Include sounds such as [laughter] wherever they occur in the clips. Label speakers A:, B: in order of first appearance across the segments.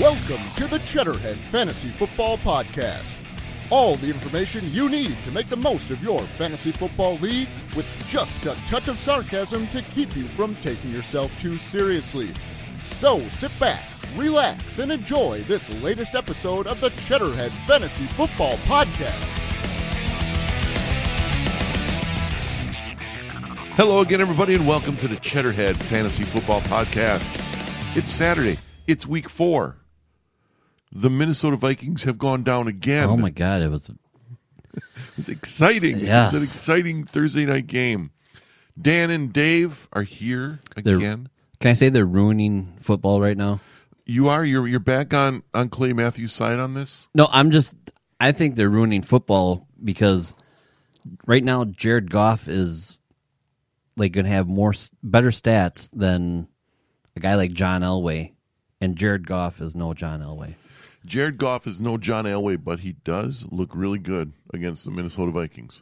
A: Welcome to the Cheddarhead Fantasy Football Podcast. All the information you need to make the most of your fantasy football league with just a touch of sarcasm to keep you from taking yourself too seriously. So sit back, relax, and enjoy this latest episode of the Cheddarhead Fantasy Football Podcast.
B: Hello again, everybody, and welcome to the Cheddarhead Fantasy Football Podcast. It's Saturday. It's week four. The Minnesota Vikings have gone down again.
C: Oh my god, it was
B: [laughs] It's exciting.
C: Yes.
B: It's an exciting Thursday night game. Dan and Dave are here
C: they're,
B: again.
C: Can I say they're ruining football right now?
B: You are. You're, you're back on, on Clay Matthews' side on this?
C: No, I'm just I think they're ruining football because right now Jared Goff is like going to have more s- better stats than a guy like John Elway and Jared Goff is no John Elway.
B: Jared Goff is no John Elway, but he does look really good against the Minnesota Vikings.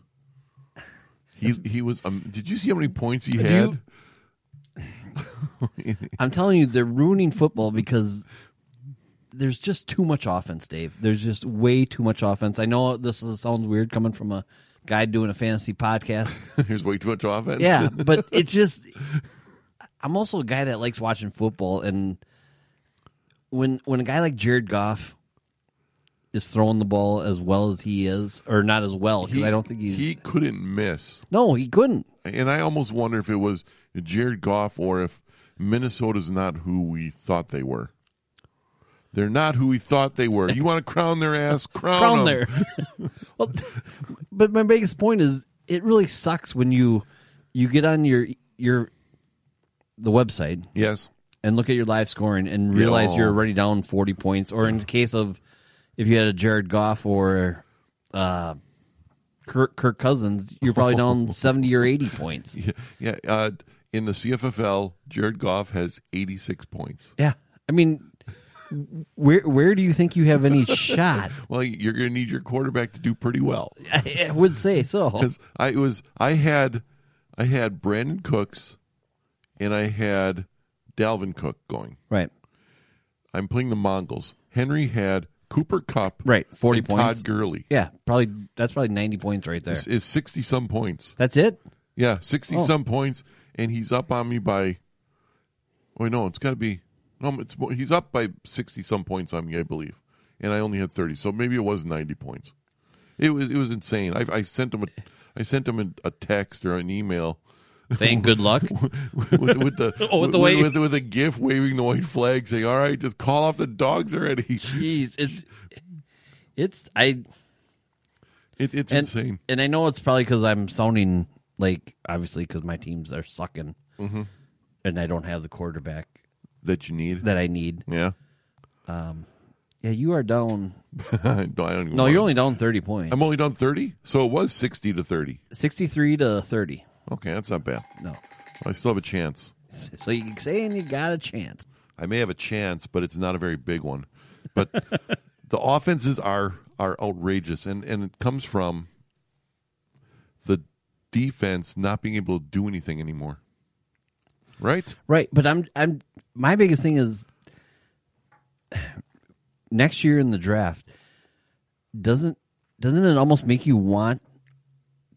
B: He, he was. Um, did you see how many points he had? [laughs]
C: you- I'm telling you they're ruining football because there's just too much offense, Dave. There's just way too much offense. I know this is, sounds weird coming from a guy doing a fantasy podcast.
B: Here's way too much offense. [laughs]
C: Yeah, but it's just I'm also a guy that likes watching football and when when a guy like Jared Goff is throwing the ball as well as he is or not as well because I don't think he's
B: he couldn't miss.
C: No, he couldn't.
B: And I almost wonder if it was Jared Goff or if Minnesota's not who we thought they were. They're not who we thought they were. You want to crown their ass?
C: [laughs]
B: Crown,
C: Crown
B: 'em. [laughs]
C: there. well, but my biggest point is it really sucks when you you get on your your the website
B: Yes. [laughs]
C: and look at your live scoring and realize
B: Yeah.
C: you're already down 40 points or in the case of if you had a Jared Goff or uh Kirk, Kirk Cousins, you're probably down 70 or 80 points.
B: Yeah. yeah. Uh, in the CFFL, Jared Goff has 86 points.
C: Yeah. I mean where where do you think you have any shot?
B: Well, you're going to need your quarterback to do pretty well.
C: I would say so.
B: because I it was I had I had Brandon Cooks and I had Dalvin Cook going.
C: Right.
B: I'm playing the Mongols. Henry had Cooper Cup,
C: Right, 40
B: and
C: points.
B: Todd Gurley
C: Yeah, probably that's probably 90 points right there.
B: is, is sixty some points.
C: That's it?
B: Yeah, sixty
C: Oh.
B: some points, and he's up on me by. Oh no, it's got to be. No, it's more- he's up by sixty some points on me, I believe, and I only had thirty, so maybe it was ninety points. It was it was insane. I, I sent him a I sent him a, a text or an email [laughs]
C: Saying good luck.
B: with, with the
C: [laughs] Oh, with the
B: with,
C: wave.
B: with, with a gif waving the white flag, saying, "All right, just call off the dogs already." [laughs]
C: Jeez, it's it's I
B: It, it's
C: and,
B: insane.
C: And I know it's probably because I'm sounding like obviously because my teams are sucking,
B: Mm-hmm.
C: and I don't have the quarterback
B: that you need.
C: that I need.
B: yeah, [laughs]
C: Yeah, you are down.
B: no, I don't even
C: No, you're
B: want-
C: only down thirty points.
B: I'm only done thirty, so it was sixty to thirty.
C: sixty-three to thirty.
B: Okay, that's not bad.
C: No,
B: I still have a chance.
C: so you saying you got a chance?
B: I may have a chance, but it's not a very big one.
C: [laughs]
B: But the offenses are are outrageous, and and it comes from the defense not being able to do anything anymore. Right?
C: Right, but I'm I'm my biggest thing is [sighs] next year in the draft doesn't doesn't it almost make you want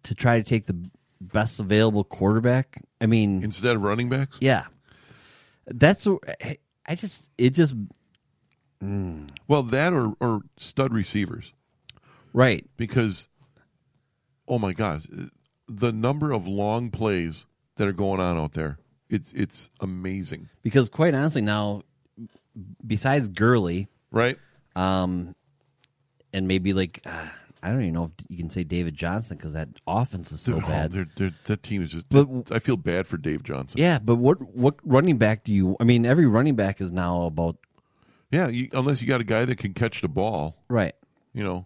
C: to try to take the best available quarterback? I mean,
B: Instead of running backs.
C: yeah. That's I I just it just
B: Well, that or or stud receivers
C: right.
B: because oh my god, the number of long plays that are going on out there. It's it's amazing.
C: Because quite honestly now besides Gurley,
B: Right?
C: um and maybe like uh, I don't even know if you can say David Johnson cuz that offense is so
B: Oh,
C: bad.
B: they're- they're- that team is just
C: But-
B: I feel bad for Dave Johnson.
C: Yeah, but what what running back do you? I mean, every running back is now about
B: Yeah, you, unless you got a guy that can catch the ball,
C: right.
B: you know.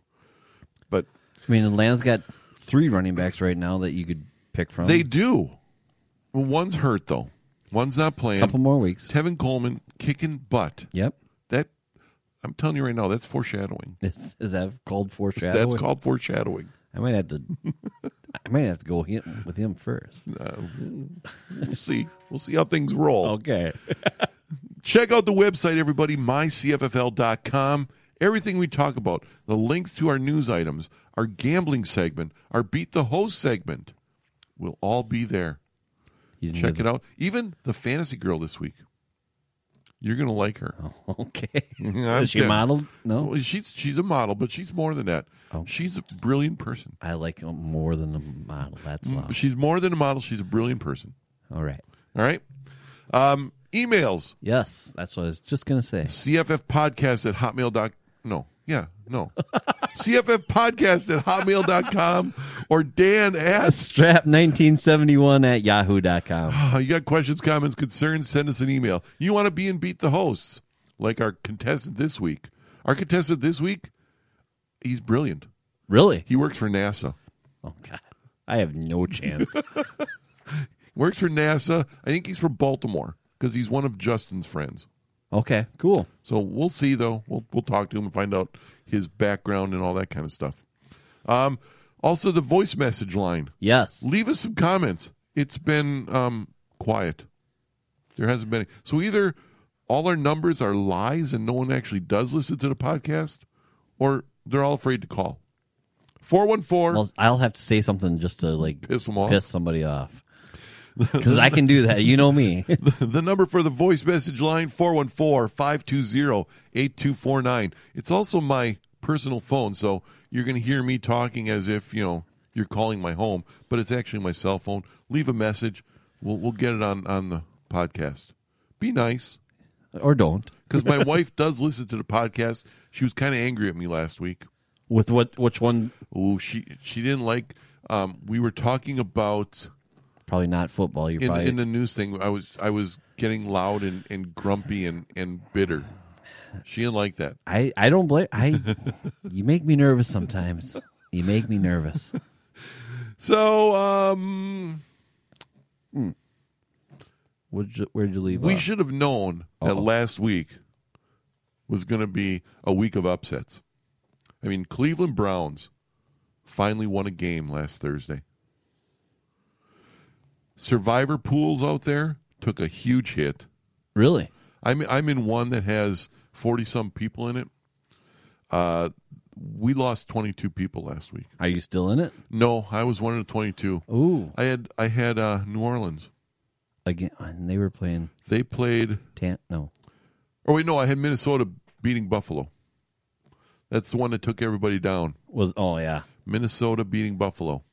B: But
C: I mean, Atlanta's got three running backs right now that you could pick from.
B: they do. Well, one's hurt though. One's not playing.
C: couple more weeks.
B: Tevin Coleman kicking butt.
C: Yep,
B: That I'm telling you right now, that's foreshadowing.
C: is, is that called foreshadowing?
B: That's called foreshadowing.
C: I might have to. [laughs] I might have to go him, with him first. Oh.
B: We'll see. We'll see how things roll.
C: Okay.
B: Check out the website, everybody, mycffl.com. Everything we talk about, the links to our news items, our gambling segment, our Beat the Host segment, will all be there.
C: [laughs] You didn't
B: Check
C: have-
B: it out. Even the fantasy girl this week. You're going to like her.
C: [laughs] Okay.
B: I'm
C: Is she
B: kidding.
C: modeled? No.
B: Well, she's she's a model, but she's more than that. She's a brilliant person.
C: I like him more than a model. That's all.
B: She's more than a model. She's a brilliant person.
C: All right.
B: All right. Um, emails
C: Yes, that's what I was just
B: [laughs]
C: gonna say.
B: cffpodcast at hotmail dot no yeah no [laughs] cffpodcast at hotmail dot com or Dan asks
C: Strap nineteen seventy one at yahoo.com.
B: uh, you got questions comments concerns send us an email you want to be and beat the hosts like our contestant this week our contestant this week he's brilliant
C: Really?
B: he works for NASA
C: Oh god. I have no
B: [laughs]
C: chance.
B: works for NASA I think he's from Baltimore because he's one of Justin's friends
C: okay, cool.
B: So we'll see, though. We'll we'll talk to him and find out his background and all that kind of stuff. Um, also, the voice message line.
C: Yes.
B: Leave us some comments. It's been um, quiet. There hasn't been. So either all our numbers are lies and no one actually does listen to the podcast, or they're all afraid to call. 414.
C: Well, I'll have to say something just to like
B: Piss 'em off.
C: piss
B: [laughs]
C: somebody off. Because I can do that. You know me.
B: [laughs] the number for the voice message line 414-520-8249 it's also my personal phone so you're going to hear me talking as if you know you're calling my home but it's actually my cell phone leave a message we'll, we'll get it on on the podcast be nice
C: or don't.
B: because my wife does listen to the podcast she was kind of angry at me last week
C: With what which one
B: oh she she didn't like um, we were talking about
C: probably not football, you're
B: in,
C: probably
B: in the news thing, I was I was getting loud and, and grumpy and, and bitter. She didn't like that.
C: I, I don't blame I you make me nervous sometimes. You make me nervous.
B: So um,
C: What'd you, where'd you leave
B: we
C: off?
B: should have known that last week was going to be a week of upsets. I mean, Cleveland Browns finally won a game last Thursday. Survivor pools out there took a huge hit.
C: Really?
B: I'm I'm in one that has forty some people in it. Uh, we lost twenty two people last week.
C: Are you still in it?
B: No, I was one of the twenty two.
C: Ooh.
B: I had I had uh, New Orleans.
C: Again and they were playing
B: They played.
C: Tant no.
B: Or Oh, wait, no, I had Minnesota beating Buffalo. That's the one that took everybody down.
C: Was oh yeah.
B: Minnesota beating Buffalo.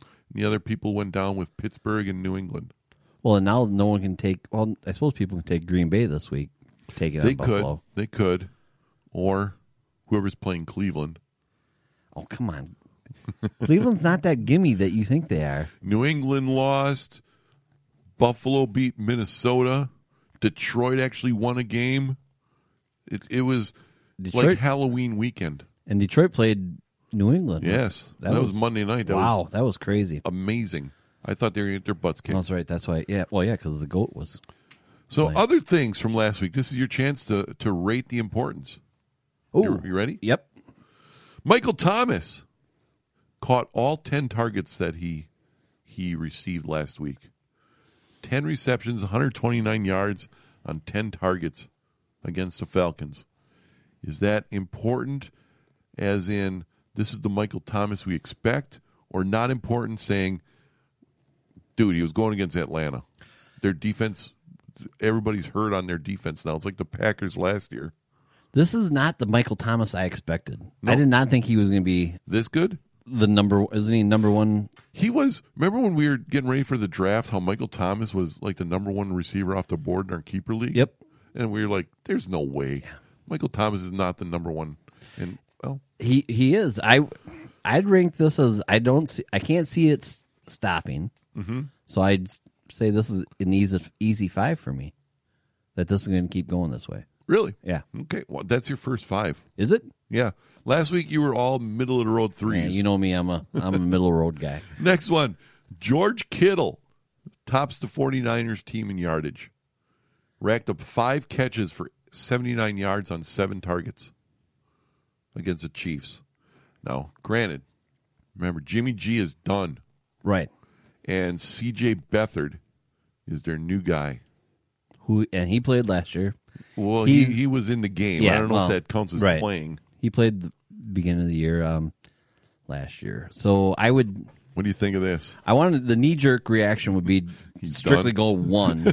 B: And the other people went down with Pittsburgh and New England.
C: Well and now no one can take well, I suppose people can take Green Bay this week. Take it
B: they
C: on
B: could.
C: Buffalo.
B: They could. Or whoever's playing Cleveland.
C: Oh come on. Cleveland's not that gimme that you think they are.
B: New England lost. Buffalo beat Minnesota. Detroit actually won a game. It it was like
C: Detroit-
B: Halloween weekend.
C: And Detroit played New England.
B: Yes, that, was, Monday night. That
C: wow,
B: was
C: that was crazy.
B: amazing. I thought they were gonna get their butts kicked.
C: That's right. That's why. Yeah. Well, yeah, because the goat was.
B: So other things from last week. This is your chance to to rate the importance.
C: Oh,
B: You, you ready?
C: Yep.
B: Michael Thomas caught all ten targets that he he received last week. Ten receptions, 129 yards on ten targets against the Falcons. Is that important? As in, this is the Michael Thomas we expect, or not important? Saying, dude, he was going against Atlanta. Their defense, everybody's hurt on their defense now. It's like the Packers last year.
C: This is not the Michael Thomas I expected.
B: No.
C: I did not think he was going to be
B: This good?
C: the number. Isn't he number one?
B: He was. Remember when we were getting ready for the draft? How Michael Thomas was like the number one receiver off the board in our keeper league.
C: Yep.
B: And we were like, "There's no way Michael Thomas is not the number one." And well,
C: He he is. I I'd rank this as I don't see. I can't see it s- stopping. Mm-hmm. So I'd s- say this is an easy easy five for me. That this is going to keep going this way.
B: really,
C: Yeah.
B: okay. Well, that's your first five.
C: Is it?
B: Yeah. Last week you were all middle of the road threes.
C: Yeah, you know me. I'm a I'm a middle road [laughs] guy.
B: Next one, George Kittle tops the 49ers team in yardage. Racked up five catches for 79 yards on seven targets against the Chiefs. Now, granted, remember, Jimmy G is done,
C: Right.
B: and CJ Beathard is their new guy.
C: who and he played last year.
B: Well, he,
C: He-
B: he was in the game. I
C: Yeah,
B: don't know
C: well,
B: if that counts as
C: right.
B: playing.
C: He played the beginning of the year um, last year. So I would
B: What do you think of this?
C: I wanted the knee jerk reaction would be strictly
B: done. [laughs]
C: go one.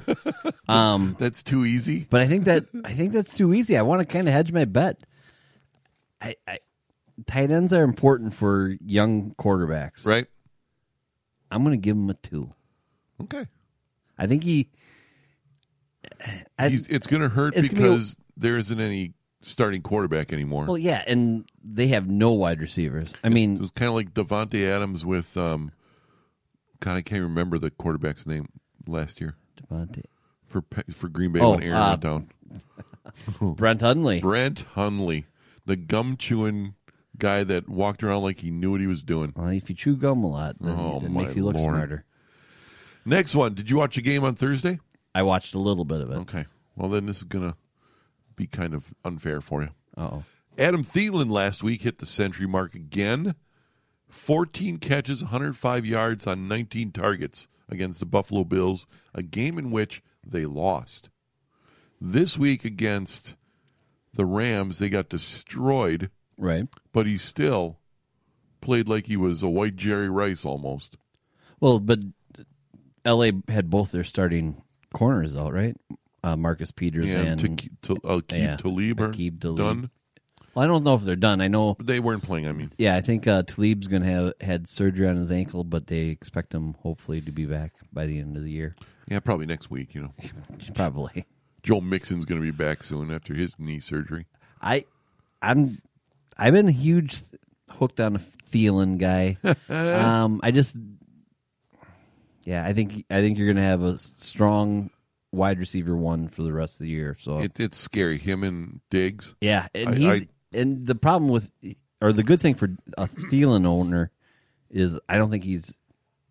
C: um,
B: That's too easy.
C: but I think that I think that's too easy. I want to kind of hedge my bet. I, I tight ends are important for young quarterbacks.
B: Right?
C: I'm going to give him a two.
B: Okay.
C: I think he. I,
B: He's, it's going to hurt
C: It's gonna be a-
B: because there isn't any starting quarterback anymore.
C: well, yeah, and they have no wide receivers. I
B: It
C: mean,
B: was kind of like Devonte Adams with, um, God, I can't remember the quarterback's name last year
C: Devontae.
B: for Pe- for Green Bay
C: Oh,
B: when Aaron
C: uh,
B: went down.
C: Brent Hundley.
B: Brent Hunley, the gum chewing guy that walked around like he knew what he was doing.
C: Well, if you chew gum a lot, then
B: Oh,
C: it
B: my
C: makes you look
B: Lord.
C: smarter.
B: Next one. Did you watch a game on Thursday?
C: I watched a little bit of it.
B: Okay. Well, then this is going to be kind of unfair for you.
C: Oh,
B: Adam Thielen last week hit the century mark again. 14 catches, 105 yards on 19 targets against the Buffalo Bills, a game in which they lost. This week against the Rams, they got destroyed,
C: right.
B: but he still played like he was a white Jerry Rice almost.
C: Well, but L.A. had both their starting corners out, right? Uh, Marcus Peters
B: And
C: and
B: to, to uh, keep
C: yeah,
B: Talib or
C: Aqib Talib.
B: done.
C: well, I don't know if they're done. I know.
B: They weren't playing, I mean.
C: Yeah, I think uh, Talib's gonna have had surgery on his ankle, but they expect him hopefully to be back by the end of the year. [laughs]
B: Yeah, probably next week, you know.
C: Probably.
B: Joel Mixon's going to be back soon after his knee surgery.
C: I, I'm, I've been a huge hooked on a
B: [laughs]
C: Thielen guy. um, I just, yeah, I think I think you're gonna have a strong wide receiver one for the rest of the year. So
B: It, it's scary. Him and Diggs.
C: yeah, and
B: I-
C: he's
B: I-
C: and the problem with or the good thing for a Thielen owner is I don't think he's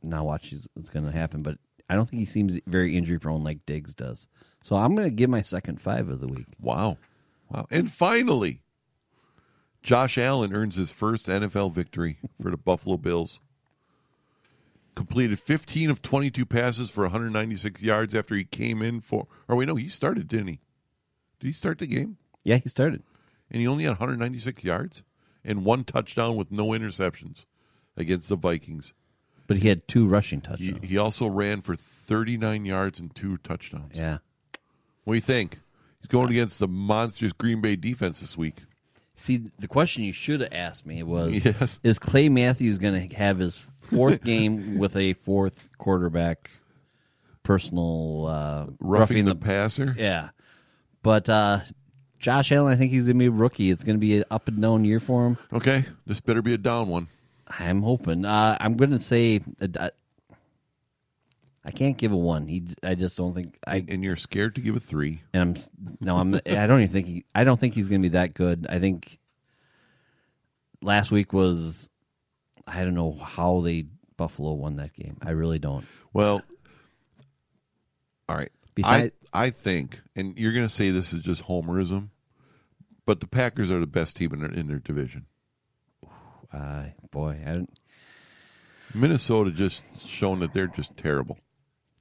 C: now watch is it's gonna happen, but I don't think he seems very injury prone like Diggs does. So I'm gonna give my second five of the week.
B: Wow. Wow. And finally, Josh Allen earns his first NFL victory for the Buffalo Bills. Completed 15 of 22 passes for 196 yards after he came in for. Or wait, no, he started, didn't he? Did he start the game?
C: Yeah, he started.
B: And he only had 196 yards and one touchdown with no interceptions against the Vikings.
C: But he had two rushing
B: He,
C: touchdowns.
B: he also ran for 39 yards and two touchdowns.
C: yeah.
B: What do you think? He's going against the monstrous Green Bay defense this week.
C: See, the question you should have asked me
B: [laughs]
C: was:
B: Yes.
C: Is Clay Matthews going to have his fourth game with a fourth quarterback personal uh,
B: Roughing, the, passer.
C: Yeah, but uh, Josh Allen, I think he's going to be a rookie. It's going to be an up and down year for him.
B: Okay, this better be a down one.
C: I'm hoping. Uh, I'm going to say that I- I can't give a one. He, I just don't think I.
B: And you're scared to give a three.
C: And I'm s- no, I'm. I don't even think he. I don't think he's going to be that good. I think last week was. I don't know how they Buffalo won that game. I really don't.
B: Well, all right.
C: Beside-
B: I, I think, and you're going to say this is just homerism, but the Packers are the best team in their, in their division.
C: Uh, boy, I don't.
B: Minnesota just shown that they're just terrible.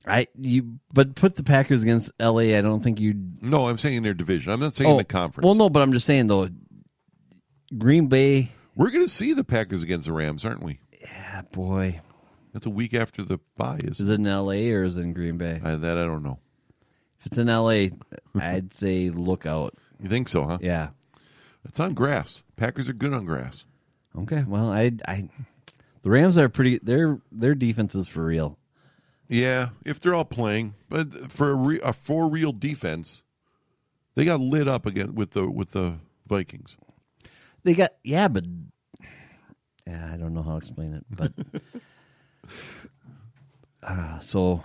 C: I you but put the Packers against L.A. I don't think you'd.
B: No, I'm saying in their division. I'm not saying in the conference.
C: Oh, Well, no, but I'm just saying though. Green Bay,
B: We're going to see the Packers against the Rams, aren't we?
C: ah, boy,
B: That's a week after the bye, is
C: is it in L.A. or is it in Green Bay?
B: I, that I don't know.
C: If it's
B: [laughs]
C: in L.A., I'd say look out.
B: You think so, huh?
C: Yeah.
B: It's on grass. Packers are good on grass.
C: Okay. Well, I, I, the Rams are pretty. Their their defense is for real.
B: Yeah, if they're all playing, but for a, re- a for real defense, they got lit up again with the with the Vikings.
C: They got yeah, but yeah, I don't know how to explain it, but [laughs] uh, so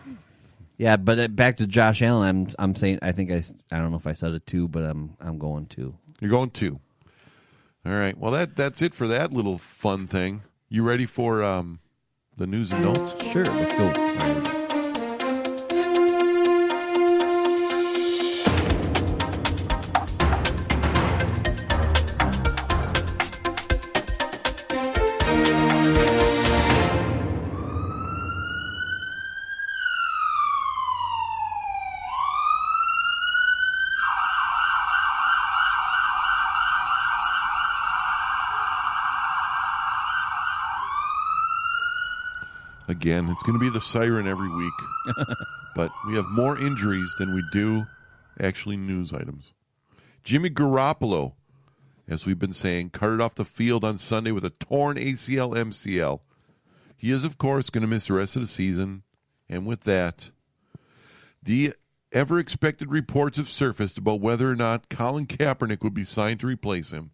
C: yeah, but uh, back to Josh Allen. I'm I'm saying I think I s- I don't know if I said a two, but I'm I'm going two.
B: You're going two. All right. Well, that that's it for that little fun thing. You ready for um, the news and don'ts?
C: Sure, let's go.
B: again. It's going to be the siren every week. but we have more injuries than we do actually news items. Jimmy Garoppolo, as we've been saying, carted off the field on Sunday with a torn ACL MCL. He is, of course, going to miss the rest of the season. And with that, the ever expected reports have surfaced about whether or not Colin Kaepernick would be signed to replace him.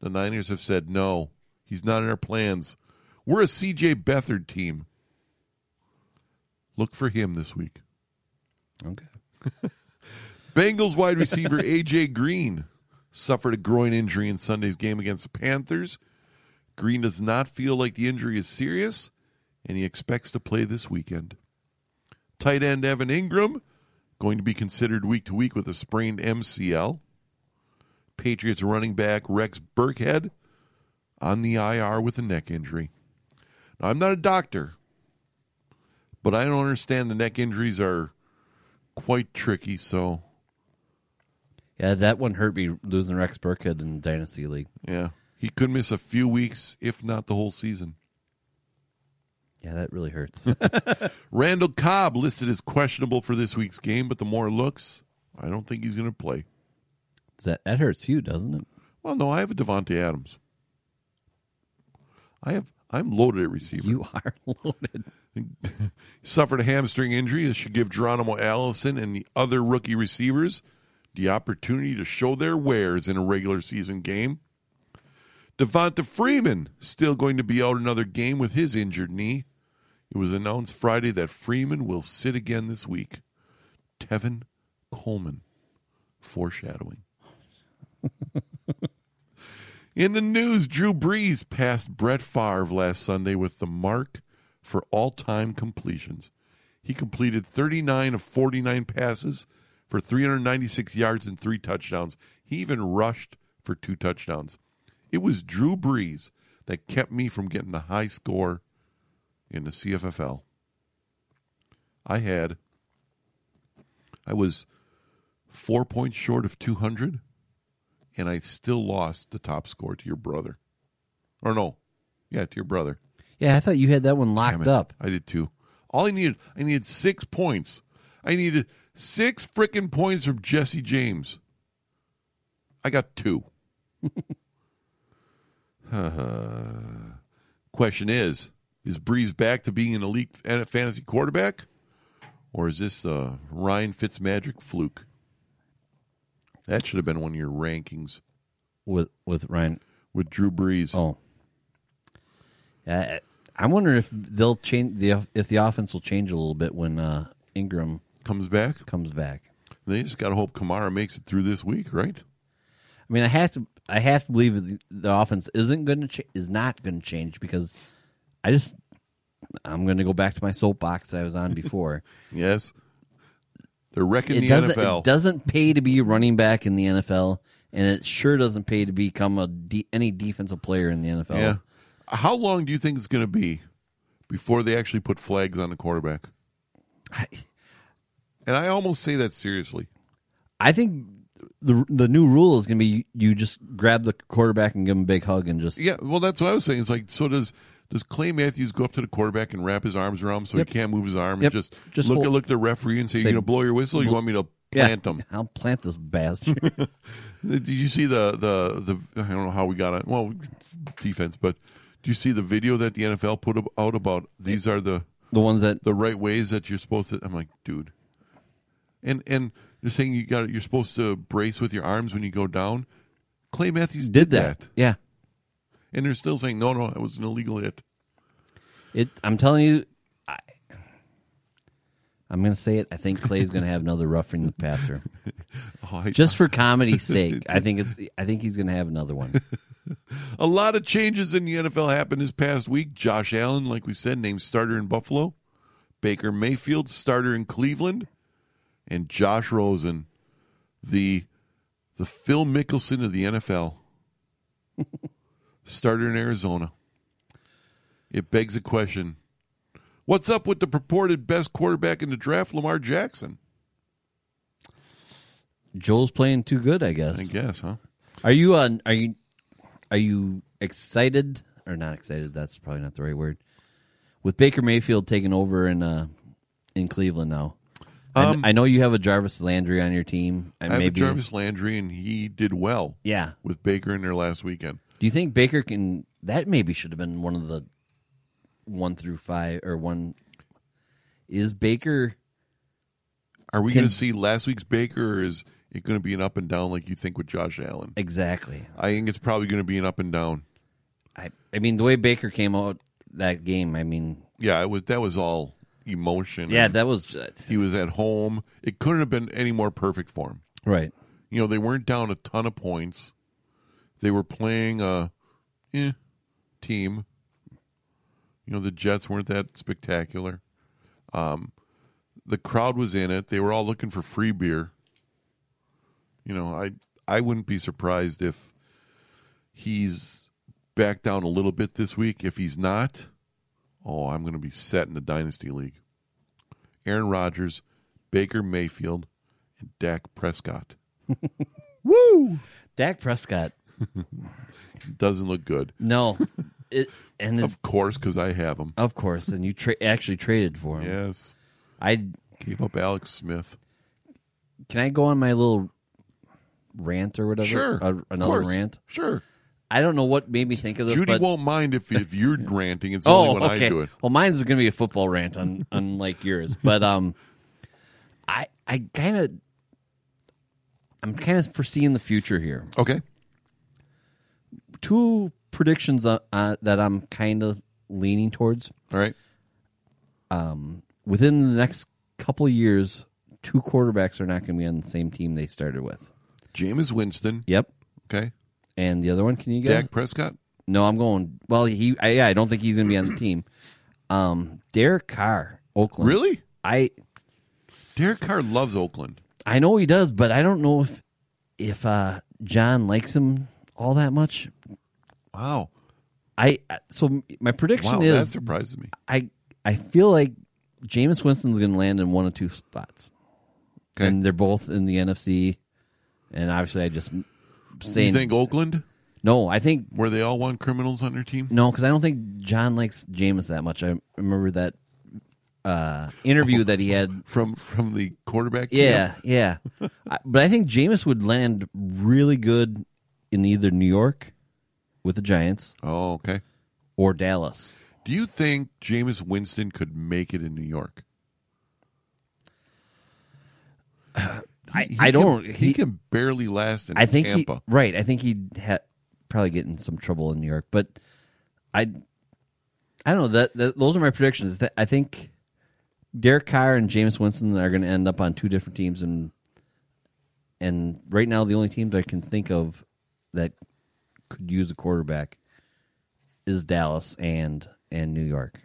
B: The Niners have said no, he's not in our plans. We're a CJ Beathard team. Look for him this week.
C: Okay.
B: Bengals wide receiver [laughs] AJ Green suffered a groin injury in Sunday's game against the Panthers. Green does not feel like the injury is serious, and he expects to play this weekend. Tight end Evan Ingram going to be considered week to week with a sprained MCL. Patriots running back Rex Burkhead on the IR with a neck injury. Now, I'm not a doctor, but I don't understand the neck injuries are quite tricky, so
C: Yeah, that one hurt me losing Rex Burkhead in Dynasty League.
B: yeah. He could miss a few weeks, if not the whole season.
C: Yeah, that really hurts. [laughs]
B: Randall Cobb listed as questionable for this week's game, but the more it looks, I don't think he's going to play.
C: that that hurts you, doesn't it?
B: Well, no, I have a Devonte Adams. I have I'm loaded at receiver.
C: You [laughs] are loaded.
B: suffered a hamstring injury. This should give Geronimo Allison and the other rookie receivers the opportunity to show their wares in a regular season game. Devonta Freeman still going to be out another game with his injured knee. It was announced Friday that Freeman will sit again this week. Tevin Coleman foreshadowing. In the news, Drew Brees passed Brett Favre last Sunday with the mark for all time completions. He completed 39 of 49 passes for 396 yards and three touchdowns. He even rushed for two touchdowns. It was Drew Brees that kept me from getting a high score in the CFFL. I had, I was four points short of 200 and I still lost the top score to your brother. Or no, yeah, to your brother.
C: Yeah, I thought you had that one
B: Damn
C: locked
B: it.
C: up.
B: I did too. All I needed, I needed six points. I needed six freaking points from Jesse James. I got two. [laughs] Uh-huh. Question is: Is Breeze back to being an elite fan- fantasy quarterback, or is this a Ryan Fitzmagic fluke? That should have been one of your rankings
C: with with Ryan.
B: with Drew Brees. Um,
C: Oh, I, I'm wondering if they'll change the if the offense will change a little bit when uh, Ingram
B: Comes back.
C: comes back.
B: They just got to hope Kamara makes it through this week, right?
C: I mean, I have to I have to believe that the, the offense isn't going to cha- is not going to change because I just I'm going to go back to my soapbox that I was on before.
B: Yes. They're wrecking
C: it
B: the
C: doesn't
B: NFL.
C: it doesn't pay to be a running back in the NFL, and it sure doesn't pay to become a de- any defensive player in the NFL.
B: Yeah. How long do you think it's going to be before they actually put flags on the
C: [laughs]
B: quarterback?
C: I,
B: And I almost say that seriously.
C: I think the the new rule is going to be you, you just grab the quarterback and give him a big hug and just
B: Yeah, well, that's what I was saying. It's like, so does does Clay Matthews go up to the quarterback and wrap his arms around him so
C: Yep.
B: he can't move his arm
C: Yep.
B: and just,
C: Just
B: look
C: hold-
B: at look at the referee and say,
C: Say,
B: "You're going to blow your whistle? you want me to
C: Yeah,
B: plant him?"
C: I'll plant this bastard.
B: [laughs] Did you see the the the? I don't know how we got on. Well, defense, but do you see the video that the NFL put ab- out about these are the
C: the ones that
B: the right ways that you're supposed to. I'm like, dude, and and you're saying you got you're supposed to brace with your arms when you go down. Clay Matthews
C: did that. Yeah.
B: and they're still saying, no, no, it was an illegal hit.
C: It. I'm telling you, I, I'm going to say it. I think Clay's going to have another roughing the passer,
B: Oh, I-
C: just for
B: [laughs]
C: comedy's sake. I think it's. I think he's going to have another one.
B: A lot of changes in the NFL happened this past week. Josh Allen, like we said, named starter in Buffalo. Baker Mayfield, starter in Cleveland, and Josh Rosen, the the Phil Mickelson of the
C: [laughs]
B: NFL, starter in Arizona. It begs a question: What's up with the purported best quarterback in the draft, Lamar Jackson?
C: Joel's playing too good, I guess.
B: I guess, huh?
C: Are you on? Are you? Are you excited or not excited? That's probably not the right word. with Baker Mayfield taking over in uh, in Cleveland now. I-
B: Um,
C: I, know you have a Jarvis Landry on your team.
B: I
C: And
B: have a
C: maybe,
B: Jarvis Landry, and he did well
C: Yeah.
B: with Baker in their last weekend.
C: Do you think Baker can? That maybe should have been one of the one through five or one. Is Baker?
B: Are we
C: Can-
B: going to see last week's Baker, or is it going to be an up and down like you think with Josh Allen?
C: Exactly.
B: I think it's probably going to be an up and down.
C: I, I mean, the way Baker came out that game, I mean,
B: Yeah, it was. That was all emotion.
C: yeah,
B: And
C: that was uh,
B: he was at home. It couldn't have been any more perfect for him.
C: right.
B: You know, they weren't down a ton of points. They were playing a eh, team. You know, the Jets weren't that spectacular. Um, the crowd was in it. They were all looking for free beer. You know, I I wouldn't be surprised if he's back down a little bit this week. If he's not, oh, I'm going to be set in the dynasty league. Aaron Rodgers, Baker Mayfield, and Dak Prescott.
C: Dak Prescott.
B: doesn't look good.
C: No, it and it,
B: Of course, because I have him.
C: of course, and you tra- actually traded for him.
B: Yes.
C: I
B: Gave up Alex Smith.
C: can I go on my little rant or whatever?
B: Sure.
C: A-
B: of
C: another
B: course.
C: rant.
B: Sure.
C: I don't know what made me think of this.
B: Judy
C: but,
B: won't mind if, if
C: [laughs]
B: you're ranting. It's
C: oh,
B: only when
C: okay.
B: I do it.
C: Well, mine's going to be a football rant, un- [laughs] unlike yours. But um, I I kind of I'm kind of foreseeing the future here.
B: Okay.
C: Two predictions uh, uh, that I'm kind of leaning towards
B: All right.
C: within the next couple of years. Two quarterbacks are not going to be on the same team they started with.
B: Jameis Winston.
C: Yep.
B: Okay.
C: And the other one, can you guess?
B: Dak Prescott.
C: No, I'm going. Well, he. I, yeah, I don't think he's going to be on the team. Um, Derek Carr, Oakland.
B: Really?
C: I
B: Derek Carr loves Oakland.
C: I know he does, but I don't know if if uh, John likes him all that much.
B: Wow.
C: I so my prediction
B: Wow. that
C: is
B: surprises me.
C: I I feel like Jameis Winston's going to land in one of two spots,
B: Okay.
C: and they're both in the NFC. And obviously, I just
B: you
C: saying
B: think Oakland,
C: no. I think
B: where they all want criminals on their team?
C: No, because I don't think John likes Jameis that much. I remember that uh, interview that
B: [laughs]
C: he had.
B: From from the quarterback? camp?
C: Yeah, yeah. I, but I think Jameis would land really good in either New York with the Giants
B: Oh, okay.
C: or Dallas.
B: Do you think Jameis Winston could make it in New York?
C: I,
B: He
C: I
B: can-
C: don't.
B: he, can barely last in
C: I think he,
B: Tampa.
C: right. I think he'd ha- probably get in some trouble in New York. But I, I don't know. That, that those are my predictions. That- I think Derek Carr and Jameis Winston are going to end up on two different teams, and and right now the only teams I can think of that could use a quarterback is Dallas and and New York.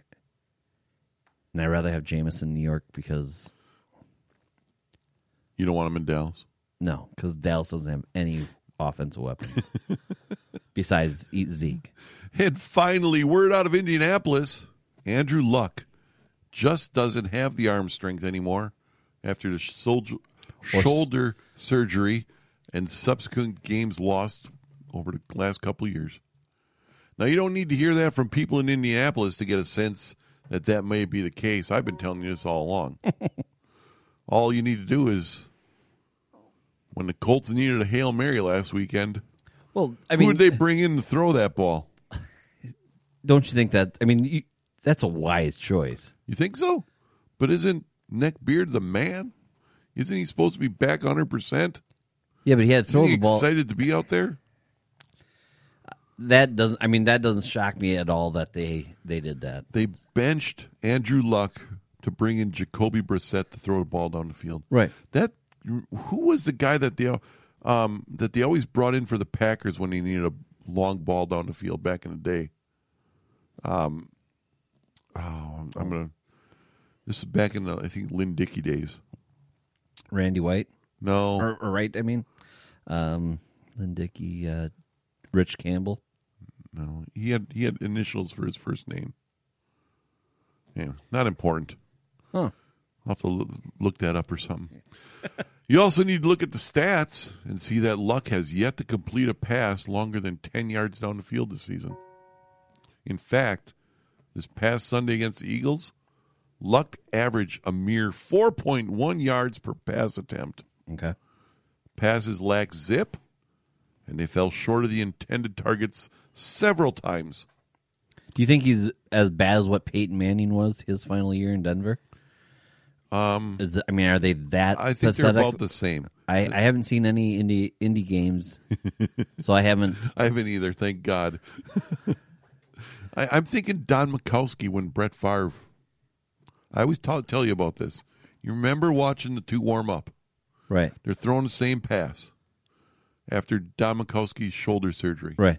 C: And I'd rather have Jameis in New York because
B: you don't want him in Dallas.
C: No, because Dallas doesn't have any offensive [laughs] weapons besides E- Zeke.
B: And finally, word out of Indianapolis: Andrew Luck just doesn't have the arm strength anymore after the soldier, shoulder surgery and subsequent games lost over the last couple of years. Now, you don't need to hear that from people in Indianapolis to get a sense that that may be the case. I've been telling you this all
C: [laughs]
B: along. all you need to do is when the Colts needed a Hail Mary last weekend,
C: Well, I
B: who
C: mean,
B: would they bring in to throw that ball?
C: don't you think that? I mean, you, that's a wise choice.
B: You think so? But isn't Neckbeard the man? Isn't he supposed to be back 100%?
C: Yeah, but he had to
B: Isn't
C: throw
B: he
C: the ball.
B: excited to be out there?
C: That doesn't. I mean, that doesn't shock me at all that they they did that.
B: They benched Andrew Luck to bring in Jacoby Brissett to throw the ball down the field.
C: Right.
B: That who was the guy that they um, that they always brought in for the Packers when they needed a long ball down the field back in the day? Um, oh, I'm, I'm gonna. This is back in the I think Lynn Dickey days.
C: Randy White
B: No,
C: or, or right? I mean, um, Lynn Dickey, uh, Rich Campbell.
B: No, he had he had initials for his first name. Yeah, not important.
C: Huh.
B: I'll have to loo- look that up or something. you also need to look at the stats and see that Luck has yet to complete a pass longer than ten yards down the field this season. In fact, this past Sunday against the Eagles, Luck averaged a mere 4.1 yards per pass attempt.
C: Okay.
B: Passes lacked zip, and they fell short of the intended targets several times.
C: Do you think he's as bad as what Peyton Manning was his final year in Denver? Um, Is, I mean, are they that?
B: I think
C: pathetic?
B: they're about the same.
C: I, I haven't seen any indie indie games, so
B: [laughs]
C: I haven't.
B: I haven't either, thank God. [laughs] I, I'm thinking Don Mikowski when Brett Favre. I always ta- tell you about this. You remember watching the two warm up?
C: Right,
B: They're throwing the same pass after Don Mikowski's shoulder surgery.
C: right.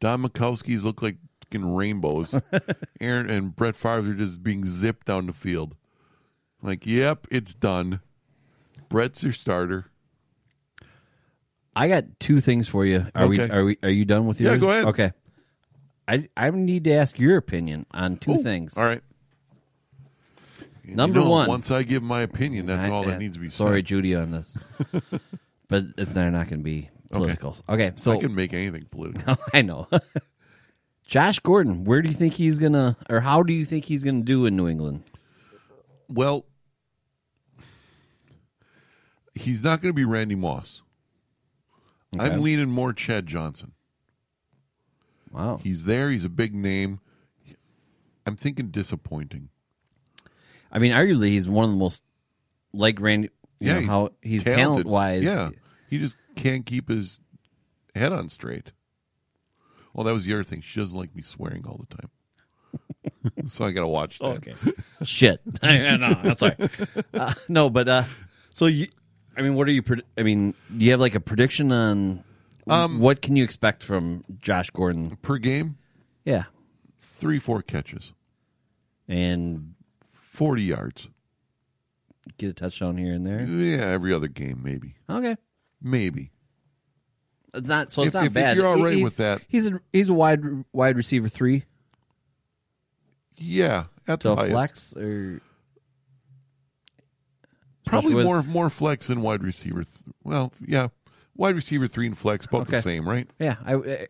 B: Don Mikowski's look like fucking
C: [laughs]
B: rainbows. Aaron and Brett Favre are just being zipped down the field. Like, yep, it's done. Brett's your starter.
C: I got two things for you. Are we?
B: Okay.
C: Are we? Are you done with
B: Yeah,
C: yours?
B: go ahead.
C: Okay. I I need to ask your opinion on two
B: Ooh,
C: things.
B: All right. And you
C: Number one.
B: Once I give my opinion, that's
C: I-
B: all that
C: I-
B: needs to be
C: Sorry,
B: said.
C: Judy,
B: [laughs]
C: on this, but it's, they're not going to be political. Okay, so
B: I can make anything political.
C: [laughs] I know. [laughs] Josh Gordon, where do you think he's gonna, or how do you think he's gonna do in New England?
B: well, he's not going to be Randy Moss.
C: Okay.
B: I'm leaning more Chad Johnson.
C: Wow,
B: He's there. He's a big name. I'm thinking disappointing.
C: I mean, arguably he's one of the most like Randy. You know,
B: he's
C: how he's
B: talented.
C: talent wise.
B: Yeah, he just can't keep his head on straight. Well, that was the other thing. She doesn't like me swearing all the time,
C: [laughs]
B: so I got to watch that.
C: Okay. [laughs] Shit. [laughs] I no, that's all right. Uh, no, but uh, so you, I mean, what are you? Pred- I mean, do you have like a prediction on
B: Um,
C: what can you expect from Josh Gordon?
B: Per game,
C: Yeah,
B: three, four catches,
C: and
B: forty yards.
C: get a touchdown here and there.
B: Yeah, every other game, maybe,
C: Okay.
B: maybe.
C: It's not so. It's
B: If-
C: not
B: if- if
C: bad.
B: you're all
C: He-
B: right
C: he's-
B: with that.
C: he's a he's a wide wide receiver three
B: Yeah, at
C: to
B: the
C: a
B: highest.
C: flex or
B: Probably
C: With-
B: more more flex than wide receiver. Th- well, yeah, wide receiver three and flex, about the
C: Okay.
B: same, right?
C: yeah. I, I-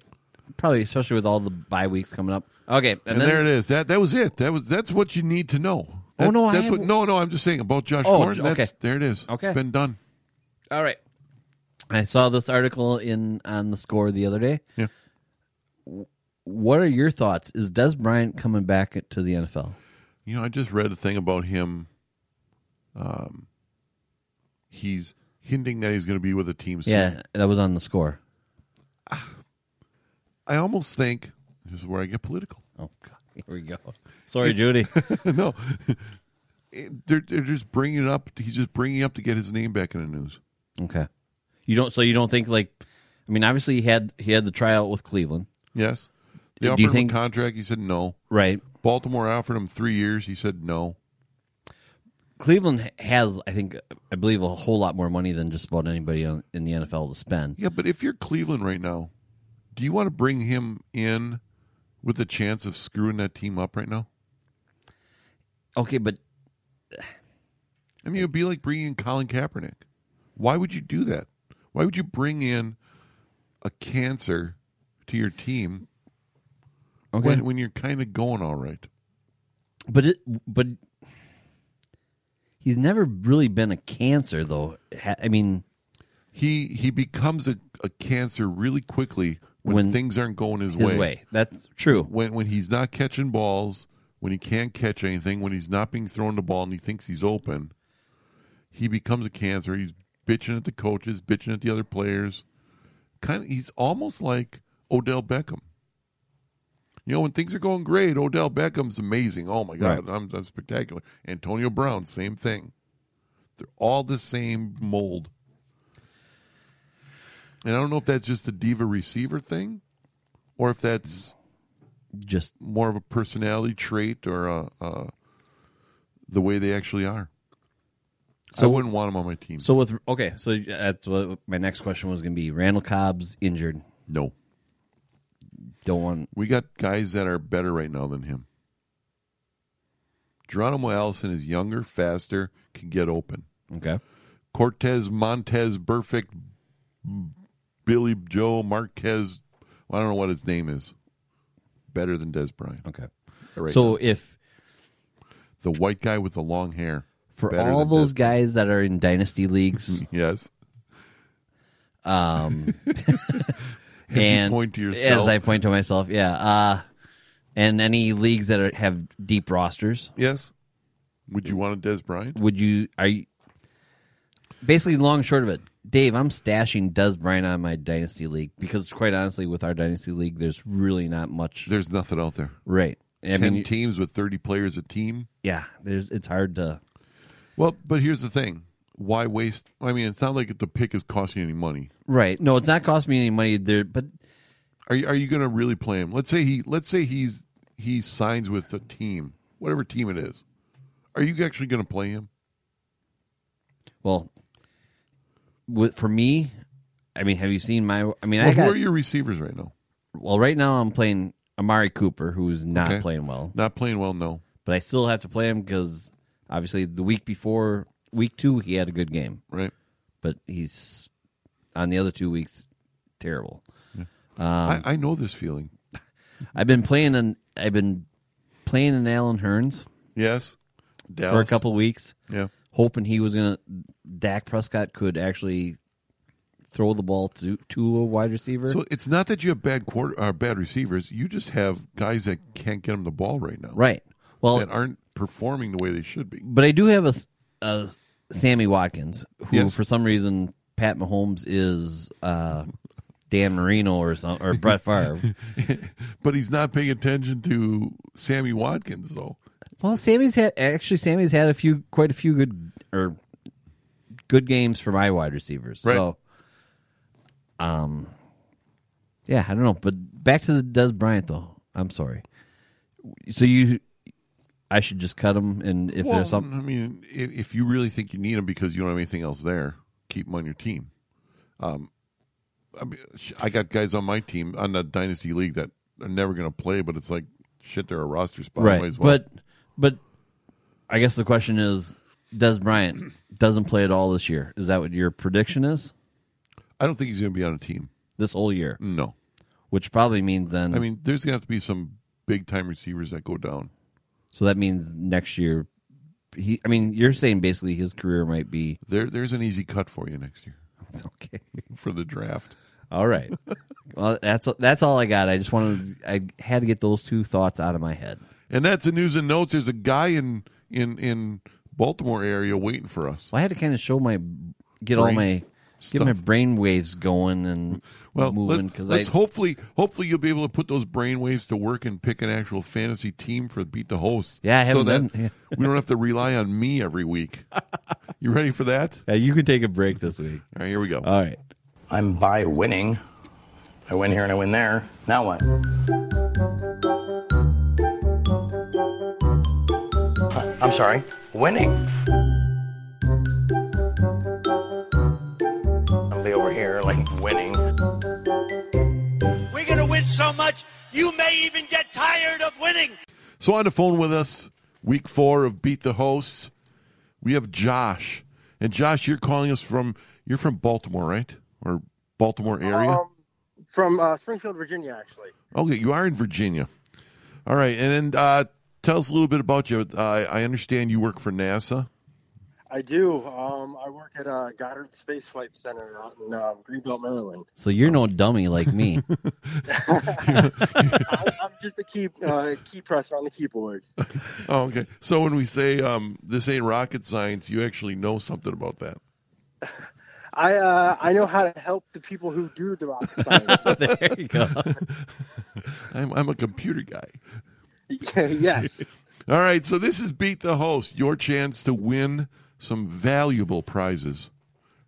C: probably especially with all the bye weeks coming up. Okay, and,
B: And,
C: then
B: there it is. That that was it. That was that's what you need to know.
C: Oh,
B: That's,
C: no, I
B: that's
C: have-
B: what. No, no, I'm just saying about Josh
C: Oh,
B: Gordon.
C: okay.
B: That's, there it is.
C: Okay.
B: it's been done.
C: all right. I saw this article in on the score the other day.
B: Yeah.
C: What are your thoughts? Is Des Bryant coming back to the NFL?
B: You know, I just read a thing about him. Um, he's hinting that he's going to be with a team. Soon.
C: Yeah, that was on the score.
B: I almost think this is where I get political.
C: Oh God, here we go. Sorry, Judy.
B: [laughs] no, It- they're they're just bringing it up. He's just bringing it up to get his name back in the news.
C: [laughs] okay, you don't. So you don't think like, I mean, obviously he had he had the tryout with Cleveland,
B: Yes, they
C: Do
B: offered
C: you
B: him
C: think-
B: a contract. He said no.
C: right?
B: Baltimore offered him three years. He said no.
C: Cleveland has, I think, I believe, a whole lot more money than just about anybody on- in the NFL to spend.
B: Yeah, but if you're Cleveland right now, do you want to bring him in with the chance of screwing that team up right now?
C: Okay, but
B: I mean, it would be like bringing in Colin Kaepernick. Why would you do that? Why would you bring in a cancer to your team
C: okay,
B: when, when you're kind of going all right?
C: but it, but he's never really been a cancer, though. Ha- I mean,
B: He he becomes a, a cancer really quickly when,
C: When-
B: things aren't going his,
C: his way. That's true.
B: when when he's not catching balls, when he can't catch anything, when he's not being thrown the ball and he thinks he's open, he becomes a cancer. He's bitching at the coaches, bitching at the other players. Kind of, he's almost like Odell Beckham. You know, when things are going great, Odell Beckham's amazing. Oh my God, I'm, I'm spectacular. Antonio Brown, same thing. They're all the same mold. And I don't know if that's just a diva receiver thing, or if that's
C: Just
B: more of a personality trait or uh, uh, the way they actually are. I wouldn't want him on my team.
C: so with okay, so that's what my next question was going to be. Randall Cobb's injured.
B: no,
C: Don't want.
B: we got guys that are better right now than him. Geronimo Allison is younger, faster, can get open.
C: Okay,
B: Cortez, Montez, Perfect, Billy Joe, Marquez. I don't know what his name is. Better than Des Bryant.
C: okay.
B: Right
C: so
B: now.
C: if
B: the white guy with the long hair.
C: for
B: Better
C: all
B: than
C: those
B: this.
C: guys that are in
B: [laughs]
C: dynasty leagues,
B: Yes.
C: um,
B: you
C: and
B: point to
C: as
B: yourself.
C: I point to myself, yeah, uh, and any leagues that are, have deep rosters,
B: Yes. Would you want a Des Bryant?
C: would you are you basically long and short of it dave i'm stashing des bryant on my dynasty league because quite honestly with our dynasty league there's really not much
B: There's nothing out there.
C: right i
B: Ten
C: mean you-
B: teams with thirty players a team.
C: yeah there's it's hard to
B: Well, but here's the thing: why waste? I mean, it's not like the pick is costing you any money.
C: right no it's not costing me any money there but
B: Are you, are you going to really play him? Let's say he let's say he's he signs with a team, whatever team it is. Are you actually going to play him?
C: well with, for me i mean have you seen my i mean i
B: Well, who
C: got
B: are your receivers right now?
C: well right now i'm playing amari cooper who's not
B: Okay.
C: playing well
B: Not playing well, no.
C: but i still have to play him because obviously the week before week two he had a good game
B: Right?
C: but he's on the other two weeks terrible. Um,
B: I, I know this feeling.
C: I've been playing an I've been playing an Alan Hearns
B: Yes. Dallas.
C: for a couple weeks,
B: Yeah.
C: hoping he was gonna Dak Prescott could actually throw the ball to to a wide receiver.
B: So it's not that you have bad quarter or bad receivers. You just have guys that can't get them the ball right now.
C: right. Well,
B: That aren't performing the way they should
C: [laughs]
B: be.
C: but I do have a, s- a Sammy Watkins who
B: Yes.
C: for some reason Pat Mahomes is uh, Dan Marino or some or Brett Favre.
B: But he's not paying attention to Sammy Watkins though.
C: Well, Sammy's had actually Sammy's had a few, quite a few good or good games for my wide receivers.
B: Right.
C: So, um, yeah, I don't know. But back to the Des Bryant though. I'm sorry. So you, I should just cut him, and if
B: Well,
C: there's something,
B: I mean, if, if you really think you need him because you don't have anything else there, keep him on your team. Um, I, mean, sh- I got guys on my team on the dynasty league that are never going to play, but it's like shit. They're a roster spot,
C: right?
B: Might as well.
C: But, but I guess the question is, Des Bryant doesn't play at all this year. Is that what your prediction is?
B: I don't think he's going to be on a team.
C: This whole year,
B: No,
C: which probably means then.
B: I mean, there's going to have to be some big time receivers that go down.
C: So that means next year, he. I mean, you're saying basically his career might be [laughs]
B: There, there's an easy cut for you next year
C: okay.
B: for the draft.
C: All right. well, that's that's all I got. I just wanted. I had to get those two thoughts out of my head.
B: And that's the news and notes. There's a guy in in in Baltimore area waiting for us.
C: Well, I had to kind of show my get all
B: Brain
C: my get my brain waves going and
B: well,
C: moving
B: Let,
C: because
B: let's
C: I.
B: hopefully hopefully you'll be able to put those brainwaves to work and pick an actual fantasy team for beat the host.
C: Yeah, I
B: so
C: haven't
B: that
C: done- [laughs] yeah.
B: we don't have to rely on me every week. You ready for that?
C: Yeah, you can take a break this week.
B: All right, here we go.
C: All right.
D: I'm by winning. I win here and I win there. Now what? Uh, I'm sorry. Winning. I'll be over here like winning.
E: We're going to win so much, you may even get tired of winning.
B: so on the phone with us, week four of beat the host, we have Josh, and Josh, you're calling us from you're from Baltimore, right? Or Baltimore area?
F: Um, from uh, Springfield, Virginia, actually.
B: Okay, you are in Virginia. All right, and then uh, tell us a little bit about you. Uh, I I understand you work for NASA.
F: I do. Um, I work at uh, Goddard Space Flight Center out in uh, Greenbelt, Maryland. [laughs]
C: So you're no dummy like
B: [laughs]
C: me. [laughs]
F: I, I'm just a key uh, key presser on the keyboard.
B: Oh, okay. So when we say um, this ain't rocket science, you actually know something about that.
F: I uh, I know how to help the people who do the rocket [laughs] science.
C: there you go.
B: I'm, I'm a computer guy.
F: yes.
B: All right. So this is Beat the Host, your chance to win some valuable prizes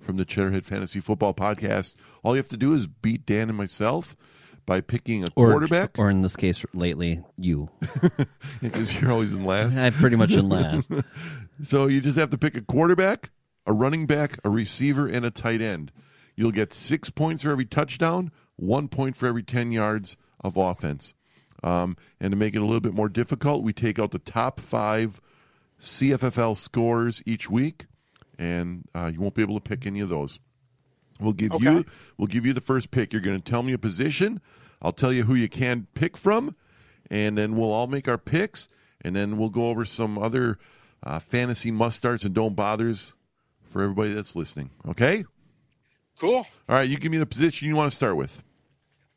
B: from the Cheddarhead Fantasy Football Podcast. All you have to do is beat Dan and myself by picking a
C: Or,
B: quarterback [laughs]
C: or in this case, lately, you. [laughs]
B: because you're always in last.
C: I pretty much
B: [laughs]
C: in last.
B: So you just have to pick a quarterback, a running back, a receiver, and a tight end. You'll get six points for every touchdown, one point for every 10 yards of offense. Um, and to make it a little bit more difficult, we take out the top five CFFL scores each week, and uh, you won't be able to pick any of those. We'll give you we'll give you the first pick. You're going to tell me a position. I'll tell you who you can pick from, and then we'll all make our picks, and then we'll go over some other uh, fantasy must starts and don't bothers for everybody that's listening. Okay.
F: Cool.
B: All right. You give me the position you want to start with.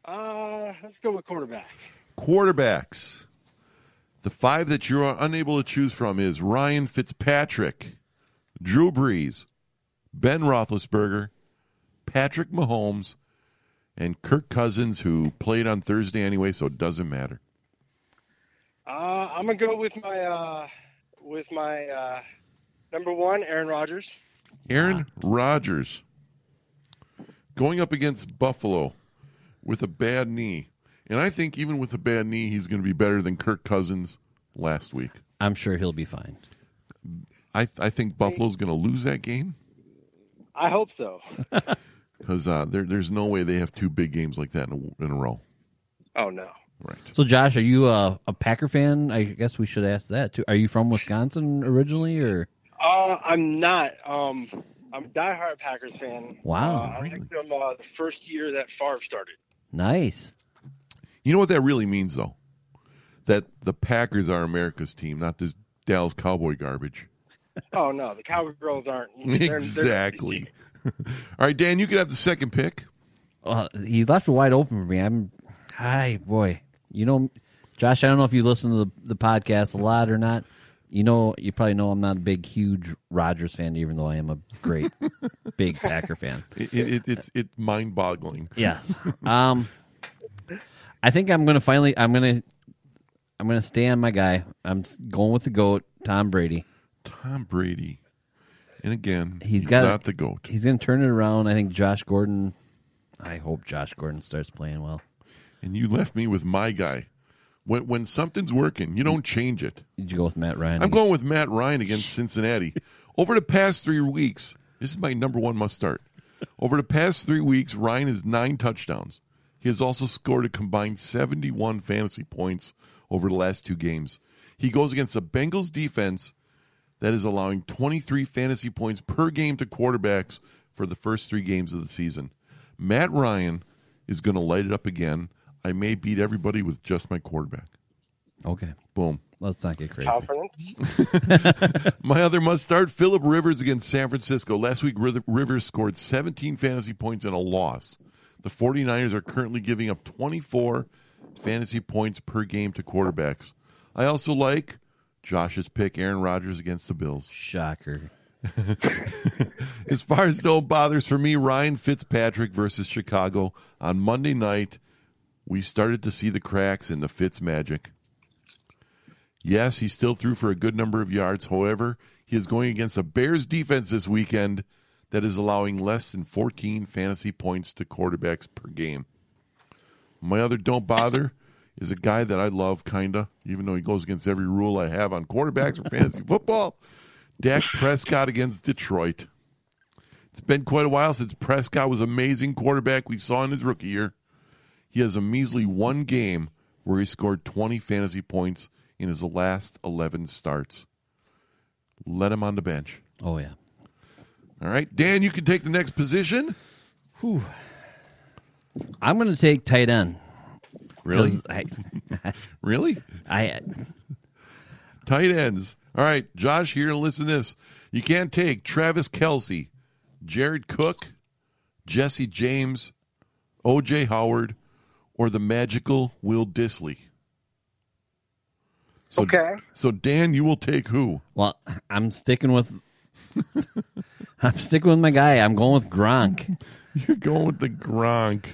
F: Uh, let's go with quarterback.
B: Quarterbacks. The five that you're unable to choose from is Ryan Fitzpatrick, Drew Brees, Ben Roethlisberger, Patrick Mahomes, and Kirk Cousins, who played on Thursday anyway, so it doesn't matter.
F: Uh, I'm gonna go with my uh, with my uh, number one, Aaron Rodgers.
B: Aaron Rodgers going up against Buffalo with a bad knee. And I think even with a bad knee, he's going to be better than Kirk Cousins last week.
C: I'm sure he'll be fine.
B: I, I think Buffalo's going to lose that game
F: I hope so.
B: because uh, there, there's no way they have two big games like that in a, in a row.
F: Oh no.
B: Right.
C: So, Josh, are you a, a Packer fan? I guess we should ask that too. Are you from Wisconsin originally, or
F: Uh, I'm not. Um, I'm a diehard Packers fan.
C: Wow,
F: Uh, I
B: really?
F: liked them uh, the first year that Favre started.
C: nice?
B: You know what that really means, though? That the Packers are America's team, not this Dallas Cowboy garbage.
F: Oh no, the Cowgirls aren't [laughs] they're- they're- [laughs]
B: exactly. All right, Dan, you could have the second pick.
C: Well, Uh, he left it wide open for me. I'm, hi boy. You know, Josh. I don't know if you listen to the, the podcast a lot or not. You know, you probably know I'm not a big, huge Rodgers fan, even though I am a great, [laughs] big Packer fan.
B: It, it, it, it's it's mind boggling.
C: Yes. Um, I think I'm gonna finally. I'm gonna. I'm gonna stay on my guy. I'm s- going with the goat, Tom Brady.
B: Tom Brady. And again, he's
C: he's got
B: not the goat.
C: He's going to turn it around. I think Josh Gordon. I hope Josh Gordon starts playing well.
B: And you left me with my guy. When when something's working, you don't change it.
C: Did you go with Matt Ryan?
B: I'm going with Matt Ryan against Cincinnati. Over the past three weeks, this is my number one must start. Over the past three weeks, Ryan has nine touchdowns. He has also scored a combined 71 fantasy points over the last two games. He goes against the Bengals defense that is allowing 23 fantasy points per game to quarterbacks for the first three games of the season. Matt Ryan is going to light it up again. I may beat everybody with just my quarterback.
C: Okay,
B: Boom.
C: let's not get crazy.
F: Confidence.
B: My other must start, Philip Rivers against San Francisco. Last week, Riv- Rivers scored 17 fantasy points in a loss. The 49ers are currently giving up 24 fantasy points per game to quarterbacks. I also like Josh's pick, Aaron Rodgers against the Bills.
C: Shocker.
B: As far as no bothers for me, Ryan Fitzpatrick versus Chicago on Monday night. We started to see the cracks in the Fitz magic. Yes, he still threw for a good number of yards. However, he is going against a Bears defense this weekend that is allowing less than 14 fantasy points to quarterbacks per game. My other don't bother is a guy that I love, kinda, even though he goes against every rule I have on quarterbacks or fantasy football. Dak Prescott against Detroit. It's been quite a while since Prescott was amazing quarterback we saw in his rookie year. He has a measly one game where he scored 20 fantasy points in his last 11 starts. Let him on the bench.
C: Oh yeah.
B: All right, Dan, you can take the next position.
C: I'm going to take tight end. 'cause I,
B: Really?
C: I,
B: Tight ends. All right, Josh, here, listen to this. You can't take Travis Kelsey, Jared Cook, Jesse James, OJ Howard, or the magical Will Disley. So,
F: Okay.
B: So, Dan, you will take who? [laughs]
C: well, I'm sticking with. [laughs] I'm sticking with my guy. I'm going with Gronk.
B: You're going with the Gronk.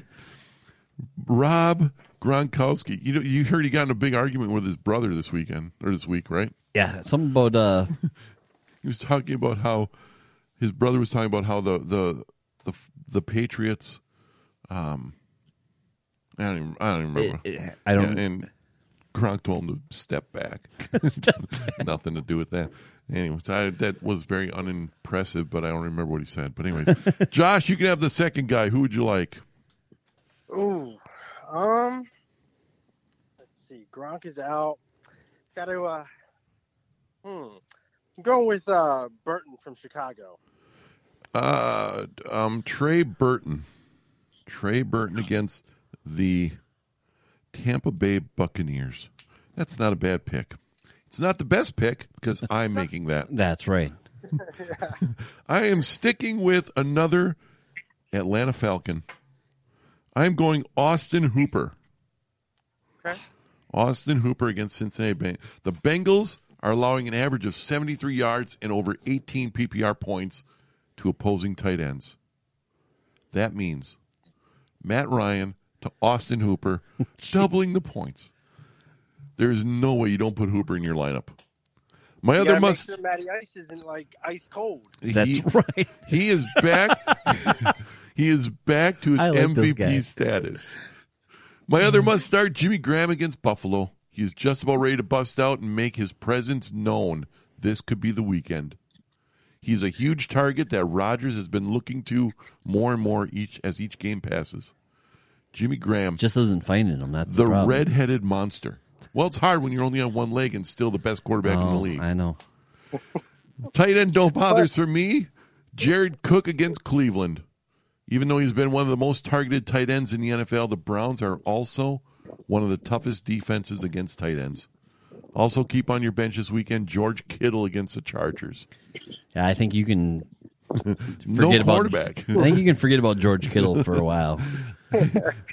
B: Rob Gronkowski. You know, you heard he got in a big argument with his brother this weekend or this week, right?
C: Yeah, something about uh,
B: he was talking about how his brother was talking about how the the the, the Patriots, um, I don't even I don't even remember.
C: I don't.
B: Yeah, and Gronk told him to step back. Nothing to do with that. Anyways, I, that was very unimpressive, but I don't remember what he said. But anyways, Josh, you can have the second guy. Who would you like?
F: Ooh. Um. Let's see. Gronk is out. Got to. Uh, hmm. I'm going with uh, Burton from Chicago.
B: Uh, um, Trey Burton. Trey Burton against the Tampa Bay Buccaneers. That's not a bad pick. It's not the best pick because I'm making that.
C: That's right.
B: I am sticking with another Atlanta Falcon. I'm going Austin Hooper.
F: Okay.
B: Austin Hooper against Cincinnati Bengals. The Bengals are allowing an average of 73 yards and over 18 PPR points to opposing tight ends. That means Matt Ryan to Austin Hooper, doubling the points. There is no way you don't put Hooper in your lineup. My
F: You
B: other
F: gotta make
B: must
F: sure Matty Ice isn't like ice cold.
B: [laughs]
C: That's
B: he-
C: right.
B: he is
C: [laughs]
B: back. he is back to his
C: I like this guy.
B: MVP status. My other must start, Jimmy Graham against Buffalo. He is just about ready to bust out and make his presence known. This could be the weekend. He's a huge target that Rodgers has been looking to more and more each as each game passes. Jimmy Graham,
C: Just isn't finding him. That's the,
B: the
C: problem.
B: red-headed monster. Well, it's hard when you're only on one leg and still the best quarterback in the
C: Oh,
B: league.
C: I know.
B: Tight end don't bothers for me. Jared Cook against Cleveland. Even though he's been one of the most targeted tight ends in the NFL, the Browns are also one of the toughest defenses against tight ends. Also, keep on your bench this weekend George Kittle against the Chargers.
C: Yeah, I think you can
B: No
C: forget about [laughs]
B: quarterback.
C: I think you can forget about George Kittle for a while.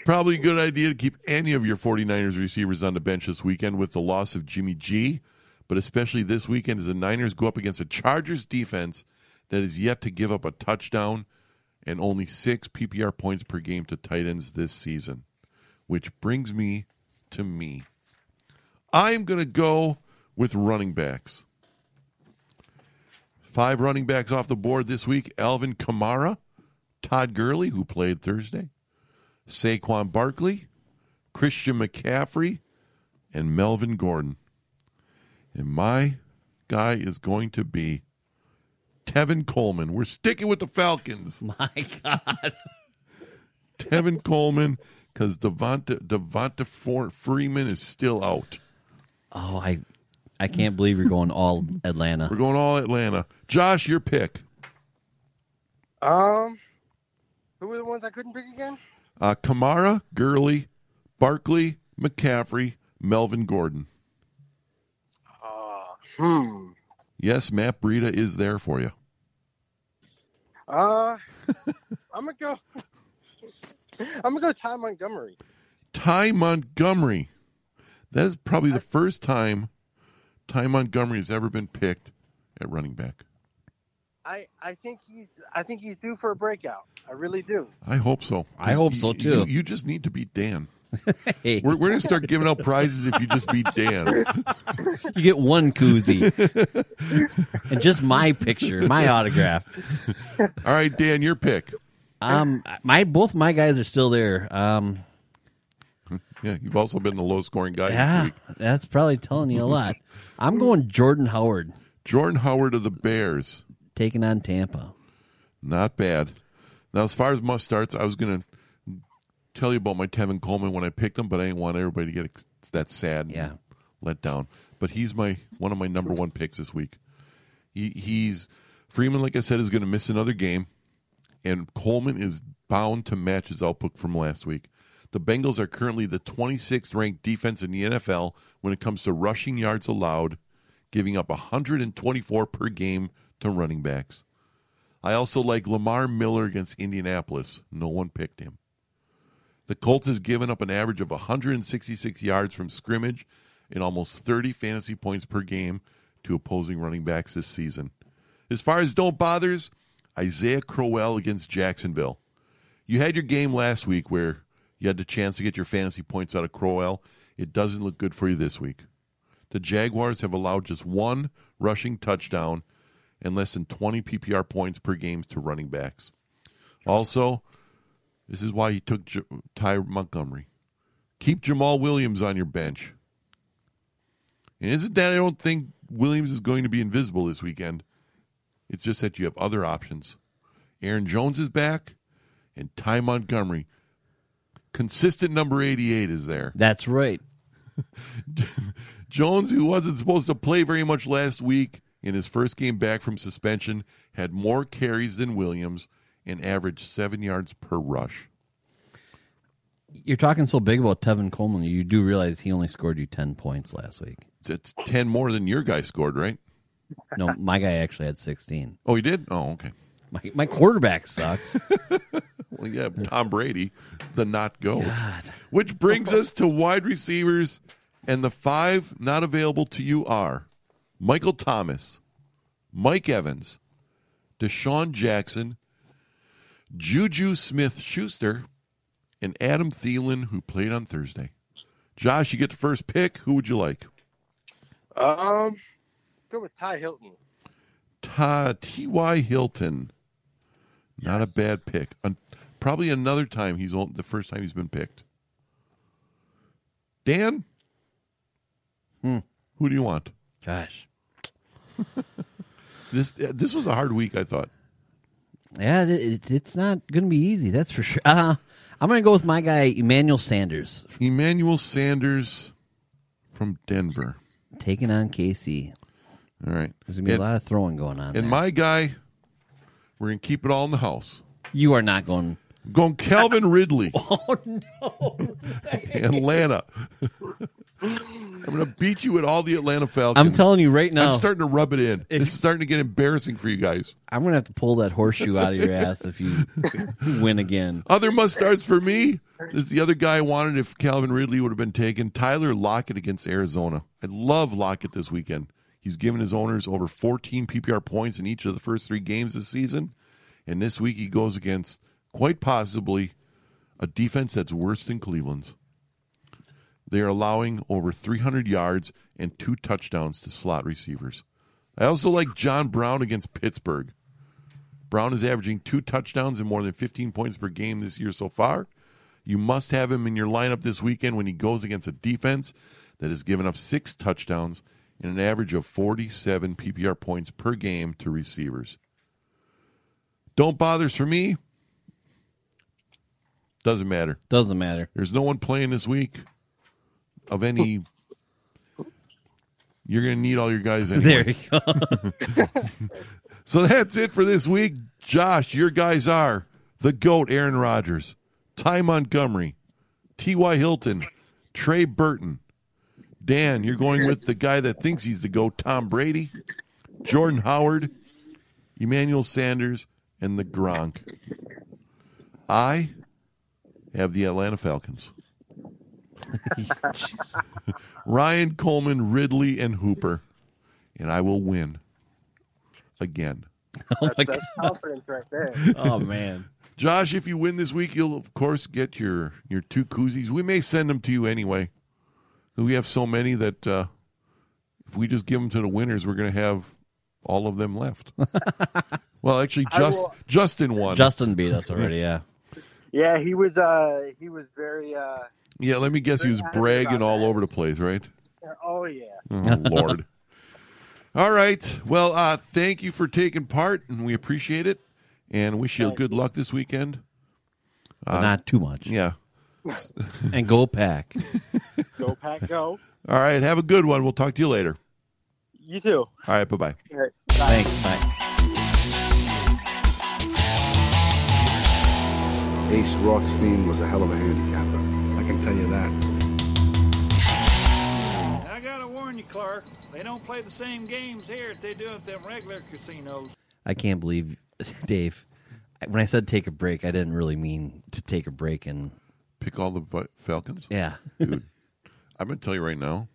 B: Probably a good idea to keep any of your 49ers receivers on the bench this weekend with the loss of Jimmy G, but especially this weekend as the Niners go up against a Chargers defense that is yet to give up a touchdown and only six PPR points per game to tight ends this season. Which brings me to me. I'm going to go with running backs. Five running backs off the board this week Alvin Kamara, Todd Gurley, who played Thursday. Saquon Barkley, Christian McCaffrey, and Melvin Gordon. And my guy is going to be Tevin Coleman. We're sticking with the Falcons.
C: [laughs] My [laughs] God.
B: Tevin Coleman, because Devonta, Devonta For- Freeman is still out.
C: Oh, I I can't believe you're going all Atlanta.
B: We're going all Atlanta. Josh, your pick.
F: Um, who were the ones I couldn't pick again?
B: Uh, Kamara, Gurley, Barkley, McCaffrey, Melvin Gordon.
F: Hmm.
B: Yes, Matt Breida is there for you.
F: Uh, I'm gonna go. [laughs] I'm gonna go Ty Montgomery.
B: Ty Montgomery. That is probably the first time Ty Montgomery has ever been picked at running back.
F: I I think he's I think he's due for a breakout. I really do.
B: I hope so.
C: I hope so,
B: You-
C: too.
B: You, you just need to beat Dan.
C: Hey,
B: We're, we're going to start giving out prizes if you just beat
C: [laughs]
B: Dan.
C: you get one koozie. and just my picture, my autograph.
B: All right, Dan, your pick.
C: Um my both my guys are still there. Um
B: Yeah, you've also been the low scoring guy. this
C: yeah,
B: week.
C: that's probably telling you a lot. I'm going Jordan Howard
B: Jordan Howard of the Bears.
C: taking on Tampa.
B: Not bad. Now, as far as must starts, I was going to tell you about my Tevin Coleman when I picked him, but I didn't want everybody to get ex- that sad, and
C: Yeah.
B: let down. But he's my one of my number one picks this week. He, he's Freeman, like I said, is going to miss another game, and Coleman is bound to match his output from last week. The Bengals are currently the 26th ranked defense in the NFL when it comes to rushing yards allowed, giving up 124 per game to running backs. I also like Lamar Miller against Indianapolis. No one picked him. The Colts has given up an average of 166 yards from scrimmage and almost 30 fantasy points per game to opposing running backs this season. As far as don't bothers, Isaiah Crowell against Jacksonville. You had your game last week where you had the chance to get your fantasy points out of Crowell. It doesn't look good for you this week. The Jaguars have allowed just one rushing touchdown and less than 20 PPR points per game to running backs. Also, this is why he took J- Ty Montgomery. Keep Jamal Williams on your bench. And isn't that I don't think Williams is going to be invisible this weekend. It's just that you have other options. Aaron Jones is back, and Ty Montgomery, consistent number 88, is there.
C: That's right.
B: Jones, who wasn't supposed to play very much last week in his first game back from suspension, had more carries than Williams and averaged seven yards per rush.
C: you're talking so big about Tevin Coleman. You do realize he only scored you ten points last week.
B: That's ten more than your guy scored, right?
C: No, my guy actually had sixteen.
B: Oh, he did. Oh, okay.
C: My, my quarterback [laughs] sucks.
B: Well, yeah, Tom Brady, the not go. Which brings us to wide receivers, and the five not available to you are Michael Thomas, Mike Evans, Deshaun Jackson, Juju Smith Schuster, and Adam Thielen, who played on Thursday. Josh, you get the first pick. Who would you like?
F: Um, go with Ty Hilton.
B: Ta- T.Y. Hilton. Not a bad pick. Un- probably another time he's on- the first time he's been picked. Dan? Hmm. Who do you want?
C: Gosh,
B: This uh, this was a hard week, I thought.
C: yeah, it, it's it's not going to be easy. That's for sure. Uh, I'm going to go with my guy Emmanuel Sanders
B: Emmanuel Sanders from Denver.
C: taking on KC.
B: All right.
C: There's going to be
B: And-
C: a lot of throwing going on.
B: and
C: there.
B: my guy, we're going to keep it all in the house.
C: you are not going. [laughs]
B: Going Calvin Ridley. Oh no. Atlanta. I'm gonna beat you at all the Atlanta Falcons.
C: I'm telling you right now.
B: I'm starting to rub it in. this is starting to get embarrassing for you guys.
C: I'm gonna have to pull that horseshoe out of your ass if [laughs] you win again.
B: Other must starts for me. This is the other guy I wanted if Calvin Ridley would have been taken. Tyler Lockett against Arizona. I love Lockett this weekend. He's given his owners over 14 PPR points in each of the first three games this season. And this week he goes against quite possibly a defense that's worse than Cleveland's. They are allowing over 300 yards and two touchdowns to slot receivers. I also like John Brown against Pittsburgh. Brown is averaging two touchdowns and more than 15 points per game this year so far. You must have him in your lineup this weekend when he goes against a defense that has given up six touchdowns and an average of 47 PPR points per game to receivers. Don't bothers for me. Doesn't matter.
C: Doesn't matter.
B: There's no one playing this week of any. You're going to need all your guys anyway.
C: There you go.
B: So that's it for this week. Josh, your guys are the GOAT Aaron Rodgers, Ty Montgomery, T.Y. Hilton, Trey Burton. Dan, you're going with the guy that thinks he's the GOAT, Tom Brady, Jordan Howard, Emmanuel Sanders, and the Gronk. I have the Atlanta Falcons. Ryan Coleman, Ridley, and Hooper. And I will win again.
F: That's, that's confidence right there.
C: [laughs] Oh man.
B: Josh, if you win this week, you'll of course get your your two koozies. We may send them to you anyway. We have so many that uh, if we just give them to the winners, we're going to have all of them left. well, actually,
F: I
B: just
F: will-
B: Justin won.
C: Justin beat us already. Yeah.
F: Yeah, he was. Uh, he was very. Uh,
B: yeah, let me guess, he was
F: happy
B: bragging
F: about
B: all
F: that.
B: over the place, right?
F: oh yeah.
B: Oh, Lord. All right. Well, uh, thank you for taking part, and we appreciate it, and wish you good luck this weekend.
C: But not too much.
B: Yeah.
C: And go [laughs] pack.
F: Go pack, go.
B: All right. Have a good one. We'll talk to you later.
F: You too.
B: All right. Bye bye.
F: All right, bye.
C: Thanks. Bye.
G: Ace Rothstein was a hell of a handicapper. I can tell you that.
H: I gotta warn you, Clark, they don't play the same games here that they do at them regular casinos.
C: I can't believe, [laughs] Dave. When I said take a break, I didn't really mean to take a break. And
B: pick all the Vi- Falcons?
C: yeah,
B: Dude, I'm going to tell you right now,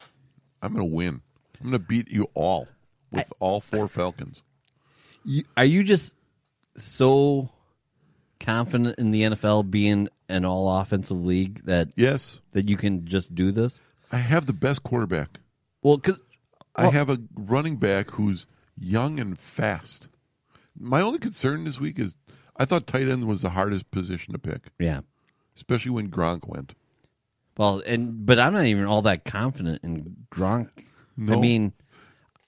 B: I'm going to win. I'm going to beat you all with all four Falcons.
C: [laughs] you, are you just so confident in the NFL being an all offensive league that
B: Yes,
C: that you can just do this?
B: I have the best quarterback.
C: Well, because
B: I have a running back who's young and fast. My only concern this week is I thought tight end was the hardest position to pick,
C: yeah.
B: especially when Gronk went.
C: Well, and but I'm not even all that confident in Gronk. I
B: No.
C: mean,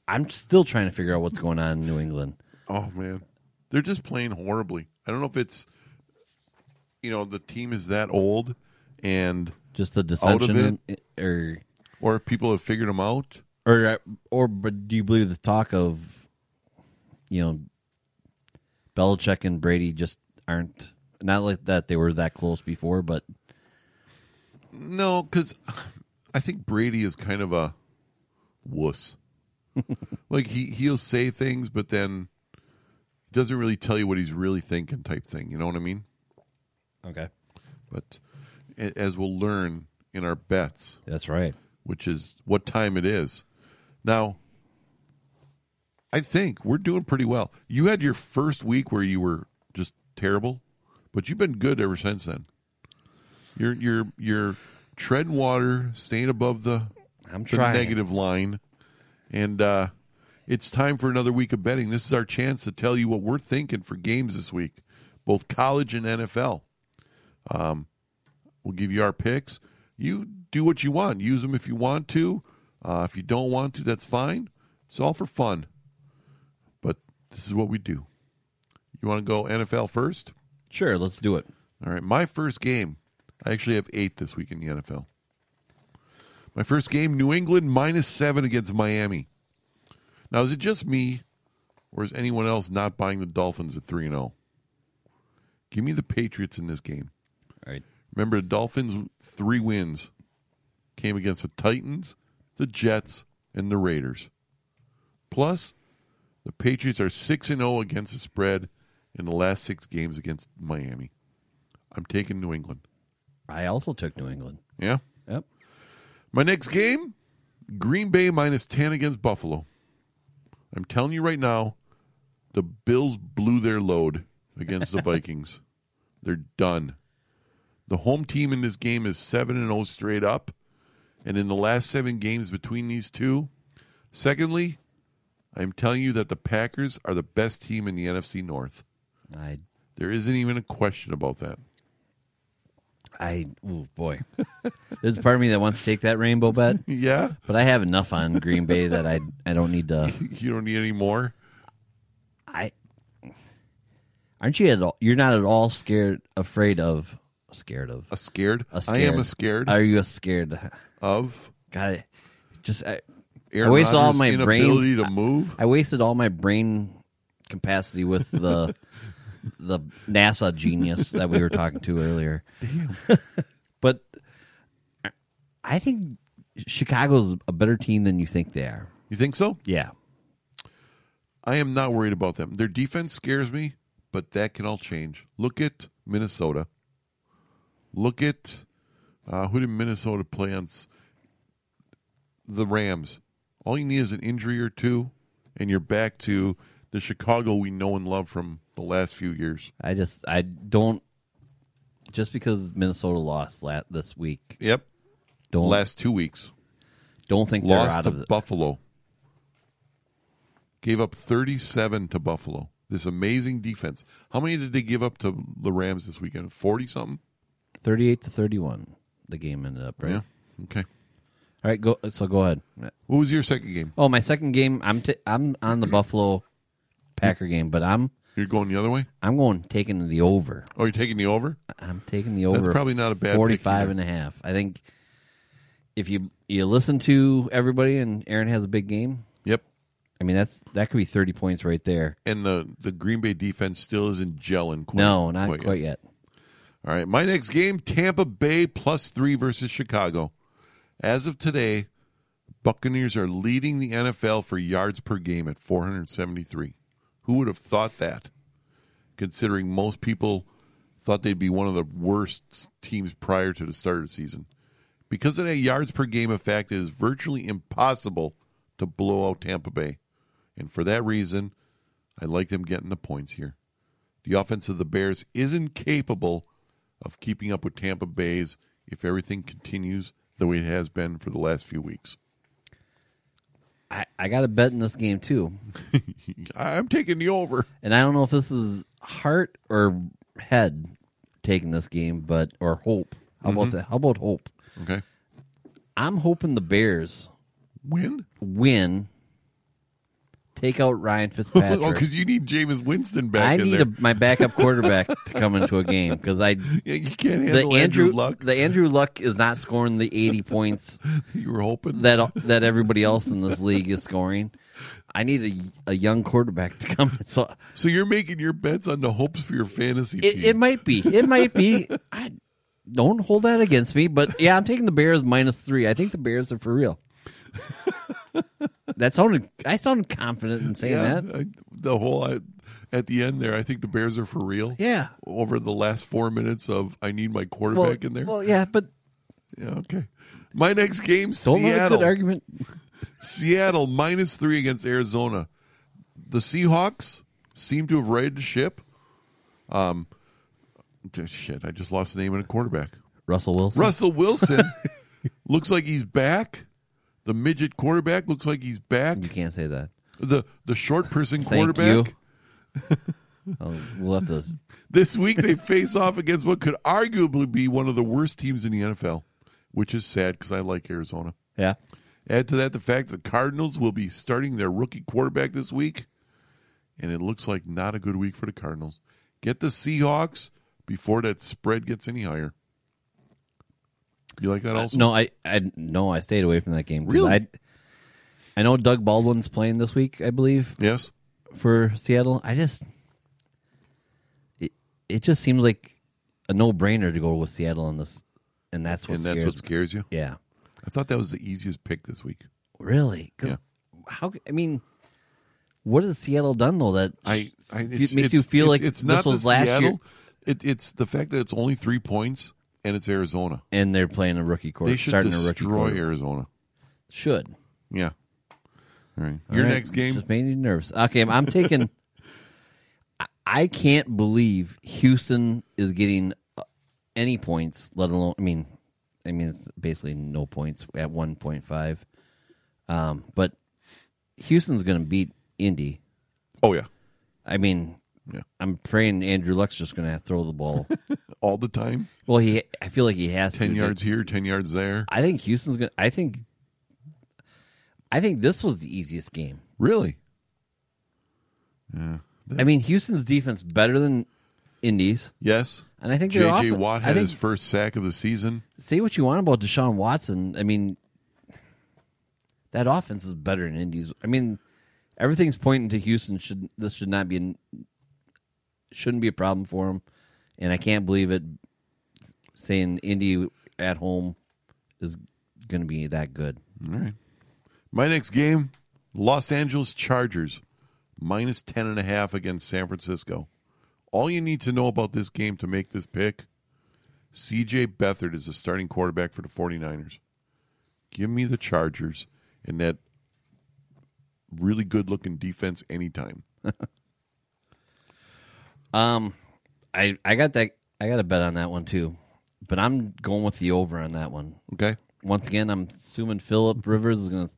C: I'm still trying to figure out what's going on in New England.
B: Oh man, they're just playing horribly. I don't know if it's you know the team is that old and
C: Just the
B: Out of
C: dissension, or
B: or if people have figured them out.
C: or uh, or but do you believe the talk of you know Belichick and Brady just aren't not like that they were that close before, but
B: No, because I think Brady is kind of a wuss. like he he'll say things, but then doesn't really tell you what he's really thinking, type thing. You know what I mean?
C: Okay.
B: But a- as we'll learn in our bets,
C: That's right.
B: which is what time it is. Now, I think we're doing pretty well. You had your first week where you were just terrible, but you've been good ever since then. You're you're you're treading water, staying above the,
C: I'm
B: the
C: trying.
B: negative line, and uh, it's time for another week of betting. This is our chance to tell you what we're thinking for games this week, both college and NFL. Um, we'll give you our picks. You do what you want. Use them if you want to. Uh, if you don't want to, that's fine. It's all for fun. But this is what we do. You want to go NFL first?
C: Sure, let's do it.
B: All right, my first game. I actually have eight this week in the NFL. My first game, New England minus seven against Miami. Now, is it just me, or is anyone else not buying the Dolphins at three and zero? Give me the Patriots in this game.
C: All right.
B: Remember, the Dolphins' three wins came against the Titans, the Jets, and the Raiders. Plus, the Patriots are 6 and 0 against the spread in the last six games against Miami. I'm taking New England.
C: I also took New England.
B: Yeah.
C: Yep.
B: My next game Green Bay minus 10 against Buffalo. I'm telling you right now, the Bills blew their load against [laughs] the Vikings. They're done. The home team in this game is 7 and 0 straight up. And in the last seven games between these two, secondly, I'm telling you that the Packers are the best team in the NFC North.
C: I
B: There isn't even a question about that.
C: I oh boy. [laughs] There's a part of me that wants to take that rainbow bet,
B: Yeah?
C: but I have enough on Green Bay that I I don't need to
B: You don't need any more?
C: I Aren't you at all you're not at all scared afraid of scared of
B: A scared?
C: a
B: I am a scared
C: Are you a scared?
B: of
C: God, it- just I,
B: Aaron
C: I wasted all
B: Rodgers'
C: my
B: inability
C: brain.
B: to move.
C: I wasted all my brain capacity with
B: [laughs]
C: the the NASA genius that we were talking to earlier. [laughs] but I think Chicago's a better team than you think they are.
B: You think so?
C: Yeah,
B: I am not worried about them. Their defense scares me, but that can all change. Look at Minnesota. Look at uh, who did Minnesota play on? s- The Rams. All you need is an injury or two, and you're back to the Chicago we know and love from the last few years.
C: I just I don't just because Minnesota lost la this week.
B: Yep.
C: Don't
B: Last two weeks.
C: don't think they're
B: lost
C: out
B: to
C: of the,
B: Buffalo. Gave up 37 to Buffalo. This amazing defense. How many did they give up to the Rams this weekend? 40 something?
C: thirty eight to thirty one. The game ended up right.
B: Yeah. Okay.
C: All right, go. So go ahead.
B: What was your second game?
C: Oh, my second game. I'm t- I'm on the Buffalo Packer game, but I'm
B: You're going the other way?
C: I'm going taking the over.
B: Oh, you're taking the over?
C: I'm taking the over.
B: That's probably not a bad pick
C: 45
B: either.
C: and a half. I think if you you listen to everybody and Aaron has a big game,
B: Yep.
C: I mean that's that could be 30 points right there.
B: And the, the Green Bay defense still isn't gelling quite
C: no, not quite,
B: yet.
C: yet.
B: All right, my next game: Tampa Bay plus three versus Chicago. As of today, Buccaneers are leading the NFL for yards per game at 473. Who would have thought that? Considering most people thought they'd be one of the worst teams prior to the start of the season, because of that yards per game effect, it is virtually impossible to blow out Tampa Bay, and for that reason, I like them getting the points here. The offense of the Bears isn't capable of keeping up with Tampa Bay's if everything continues the way it has been for the last few weeks.
C: I, I got a bet in this game too.
B: I'm taking the over.
C: And I don't know if this is heart or head taking this game, but or hope. How about
B: Mm-hmm.
C: that? How about hope?
B: Okay.
C: I'm hoping the Bears
B: Win? [laughs]
C: win, take out Ryan
B: [laughs] Oh,
C: Fitzpatrick.
B: 'cause because you need Jameis Winston back
C: I
B: in
C: need
B: there.
C: a, my
B: [laughs]
C: backup quarterback to come into a game because I the
B: Yeah, you can't handle
C: Andrew,
B: Andrew, Luck.
C: the Andrew Luck is not scoring the eighty points
B: [laughs] you were hoping.
C: that that everybody else in this league is scoring. I need a, a young quarterback to come. in. So
B: so you're making your bets on the hopes for your fantasy
C: it,
B: team.
C: it might be it might be I, Don't hold that against me, but yeah, I'm taking the Bears minus three. I think the Bears are
B: [laughs]
C: for real. that sounded. I sounded confident in saying
B: yeah,
C: that.
B: I, the whole I, at the end there, I think the Bears are for real.
C: Yeah.
B: Over the last four minutes of I need my quarterback
C: Well,
B: in there.
C: well, yeah, but
B: yeah, okay. My next game,
C: don't let a good
B: Seattle.
C: argument.
B: Seattle minus three against Arizona. The Seahawks seem to have righted the ship. Um, t- shit, I just lost the name of the
C: [laughs]
B: quarterback.
C: Russell Wilson.
B: Russell Wilson looks like he's back. The midget quarterback looks like he's back.
C: you can't say that.
B: The the short person
C: Thank
B: quarterback.
C: you. [laughs] Oh, we'll have to.
B: This week they face off against what could arguably be one of the worst teams in the NFL, which is sad because I like Arizona.
C: Yeah.
B: Add to that the fact that the Cardinals will be starting their rookie quarterback this week, and it looks like not a good week for the Cardinals. Get the Seahawks before that spread gets any higher. You like that also?
C: Uh, No, I, I no, I stayed away from that game. 'cause
B: Really?
C: I, I know Doug Baldwin's playing this week, I believe,
B: Yes.
C: for Seattle. I just it it just seems like a no brainer to go with Seattle in this, and that's what
B: and that's
C: scares
B: what
C: me.
B: scares you.
C: Yeah,
B: I thought that was the easiest pick this week.
C: really. 'Cause
B: Yeah.
C: How I mean, what has Seattle done though that
B: I, I
C: f-
B: it's-
C: makes you
B: it's-
C: feel
B: it's-
C: like
B: it's
C: this
B: not
C: was
B: the
C: last
B: Seattle.
C: year,
B: It, it's the fact that it's only three points and it's Arizona.
C: and they're playing a rookie
B: They
C: quarter,
B: should
C: starting a rookie
B: destroy
C: quarter.
B: Arizona.
C: Should
B: Yeah. All right.
C: All
B: Your
C: right.
B: next game.
C: just made me nervous. Okay, I'm, I'm taking. [laughs] I- I can't believe Houston is getting uh, any points, let alone. I mean, I mean it's basically no points at 1.5. Um, but Houston's going to beat Indy.
B: oh yeah.
C: I mean,
B: Yeah.
C: I'm praying Andrew Luck's just going to throw the ball. [laughs]
B: All the time.
C: well, he. I feel like he has
B: Ten
C: to.
B: yards here, ten yards there.
C: I think Houston's going. to I think. I think this was the easiest game.
B: Really?
C: I mean, Houston's defense better than Indy's,
B: Yes.
C: and I think they're
B: JJ
C: off-
B: Watt
C: I
B: had
C: think-
B: his first sack of the season.
C: Say what you want about Deshaun Watson. I mean, that offense is better than Indy's. I mean, everything's pointing to Houston. Should this should not be an, shouldn't be a problem for him, and I can't believe it. Saying Indy at home is going to be that good.
B: All right. My next game, Los Angeles Chargers, minus ten and a half against San Francisco. All you need to know about this game to make this pick, CJ Beathard is the starting quarterback for the 49ers. Give me the Chargers and that really good looking defense anytime.
C: Um, I I got that. I got a bet on that one too, but I'm going with the over on that one.
B: Okay?
C: once again, I'm assuming Philip Rivers is going to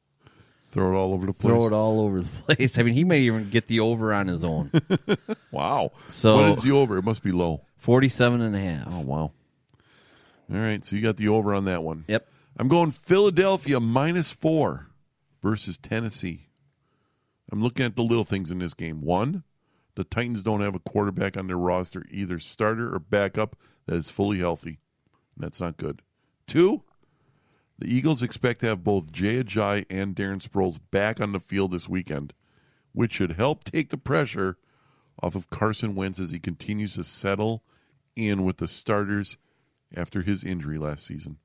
B: Throw it all over the place.
C: throw it all over the [laughs] place. I mean, he may even get the over on his own.
B: Wow.
C: So-
B: what is the over? It must be low.
C: 47 and a half.
B: Oh wow. All right, so you got the over on that one.
C: Yep.
B: I'm going Philadelphia minus four versus Tennessee. I'm looking at the little things in this game. One, the Titans don't have a quarterback on their roster, either starter or backup, that is fully healthy. That's not good. Two, the Eagles expect to have both Jay Ajayi and Darren Sproles back on the field this weekend, which should help take the pressure off of Carson Wentz as he continues to settle in with the starters after his injury last season.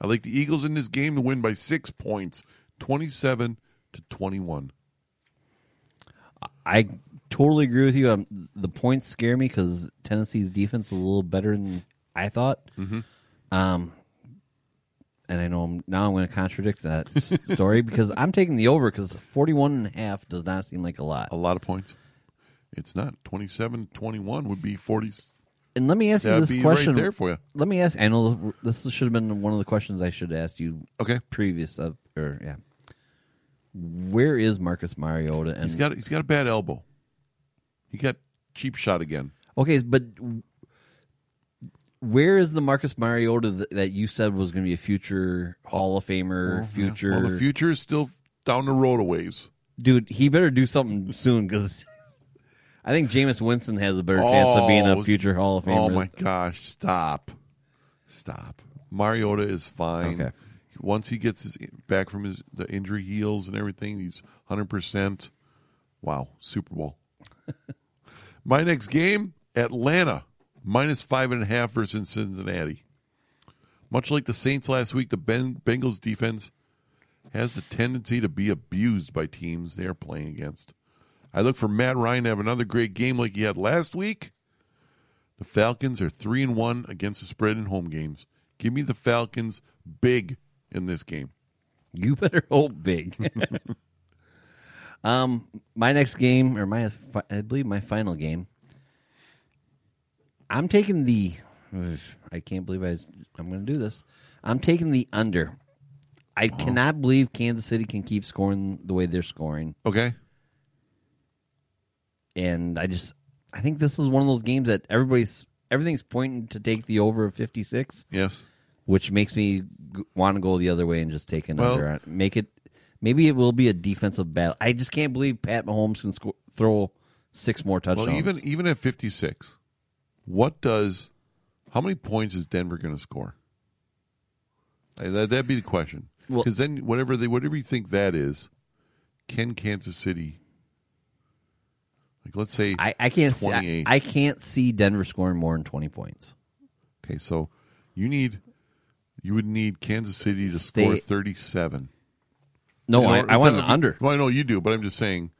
B: I like the Eagles in this game to win by six points, 27 to 21.
C: I totally agree with you. Um, the points scare me because Tennessee's defense is a little better than I thought.
B: Mm-hmm.
C: Um, and I know I'm, now I'm going to contradict that [laughs] s- story because I'm taking the over because 41 and a half does not seem like a lot.
B: A lot of points. It's not. 27 to 21 would be 40.
C: And let me ask you
B: That'd
C: this
B: be
C: question.
B: right there for you.
C: Let me ask. I know this should have been one of the questions I should have asked you
B: Okay.
C: previous of or yeah. Where is Marcus Mariota? And
B: He's got, he's got a bad elbow. He got cheap shot again.
C: okay, but w- where is the Marcus Mariota that, that you said was going to be a future Hall of Famer? future,
B: Well, the future is still down the road a ways.
C: dude, he better do something soon because [laughs] I think Jameis Winston has a better chance of being a
B: Oh,
C: future Hall of Famer.
B: Oh my gosh! Stop, stop. Mariota is fine.
C: Okay.
B: Once he gets his back from his the injury heals and everything, he's hundred percent. Wow, Super
C: [laughs]
B: Bowl. my next game: Atlanta minus five and a half versus Cincinnati. Much like the Saints last week, the ben- Bengals defense has the tendency to be abused by teams they are playing against. I look for Matt Ryan to have another great game like he had last week. The Falcons are three and one against the spread in home games. Give me the Falcons big in this game.
C: You better [laughs] hope big. um, my next game, or my, fi- I believe my final game. I'm taking the. I can't believe I. I'm going to do this. I'm taking the under. I cannot believe Kansas City can keep scoring the way they're scoring,
B: Okay.
C: and I just. I think this is one of those games that everybody's everything's pointing to take the over of 56.
B: Yes.
C: which makes me want to go the other way and just take
B: Well-
C: another. Well, make it. Maybe it will be a defensive battle. I just can't believe Pat Mahomes can sco- throw six more touchdowns.
B: Well, even e- even at fifty six, what does? How many points is Denver going to score? Uh, That that'd be the question.
C: Well-
B: Because then whatever they whatever you think that is, can Kansas City? Like let's say
C: I, I can't see. I,
B: 28.
C: I can't see Denver scoring more than twenty points.
B: okay, so you need you would need Kansas City to
C: Stay-
B: score thirty seven.
C: No, I, I want an
B: that'd be- [laughs]
C: under.
B: Well, I know you do, but I'm just saying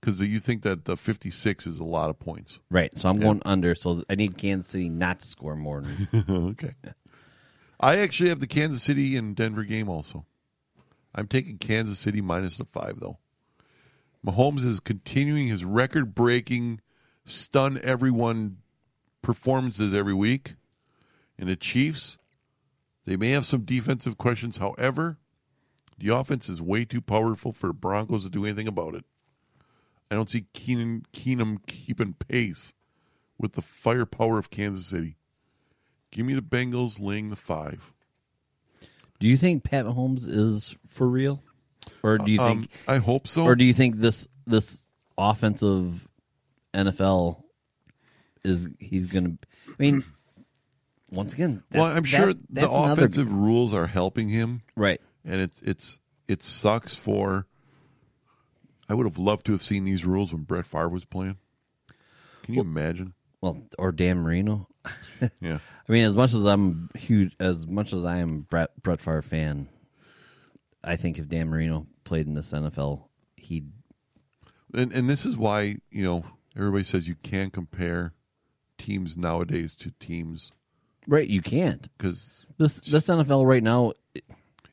B: because you think that the fifty six is a lot of points.
C: Right, so I'm going under. So I need Kansas City not to score more. Than,
B: [laughs] okay. I actually have the Kansas City and Denver game also. I'm taking Kansas City minus the five though. Mahomes is continuing his record breaking stun everyone performances every week. And the Chiefs, they may have some defensive questions. However, the offense is way too powerful for Broncos to do anything about it. I don't see Keenan Keenum keeping pace with the firepower of Kansas City. Give me the Bengals laying the five.
C: do you think Pat Mahomes is for real, or do you think,
B: Um, I hope so.
C: or do you think this this offensive NFL is he's going to? I mean, once again,
B: well,
C: that's-
B: I'm
C: that-
B: sure the
C: that's another-
B: offensive rules are helping him,
C: right?
B: and it's it's it sucks for. I would have loved to have seen these rules when Brett Favre was playing. Can you imagine?
C: Well, or Dan Marino.
B: Yeah,
C: I mean, as much as I'm huge, as much as I am Brett Brett Favre fan, I think if Dan Marino played in this NFL, he'd
B: and and this is why you know everybody says you can't compare teams nowadays to teams
C: right. You can't
B: because
C: this this NFL right now.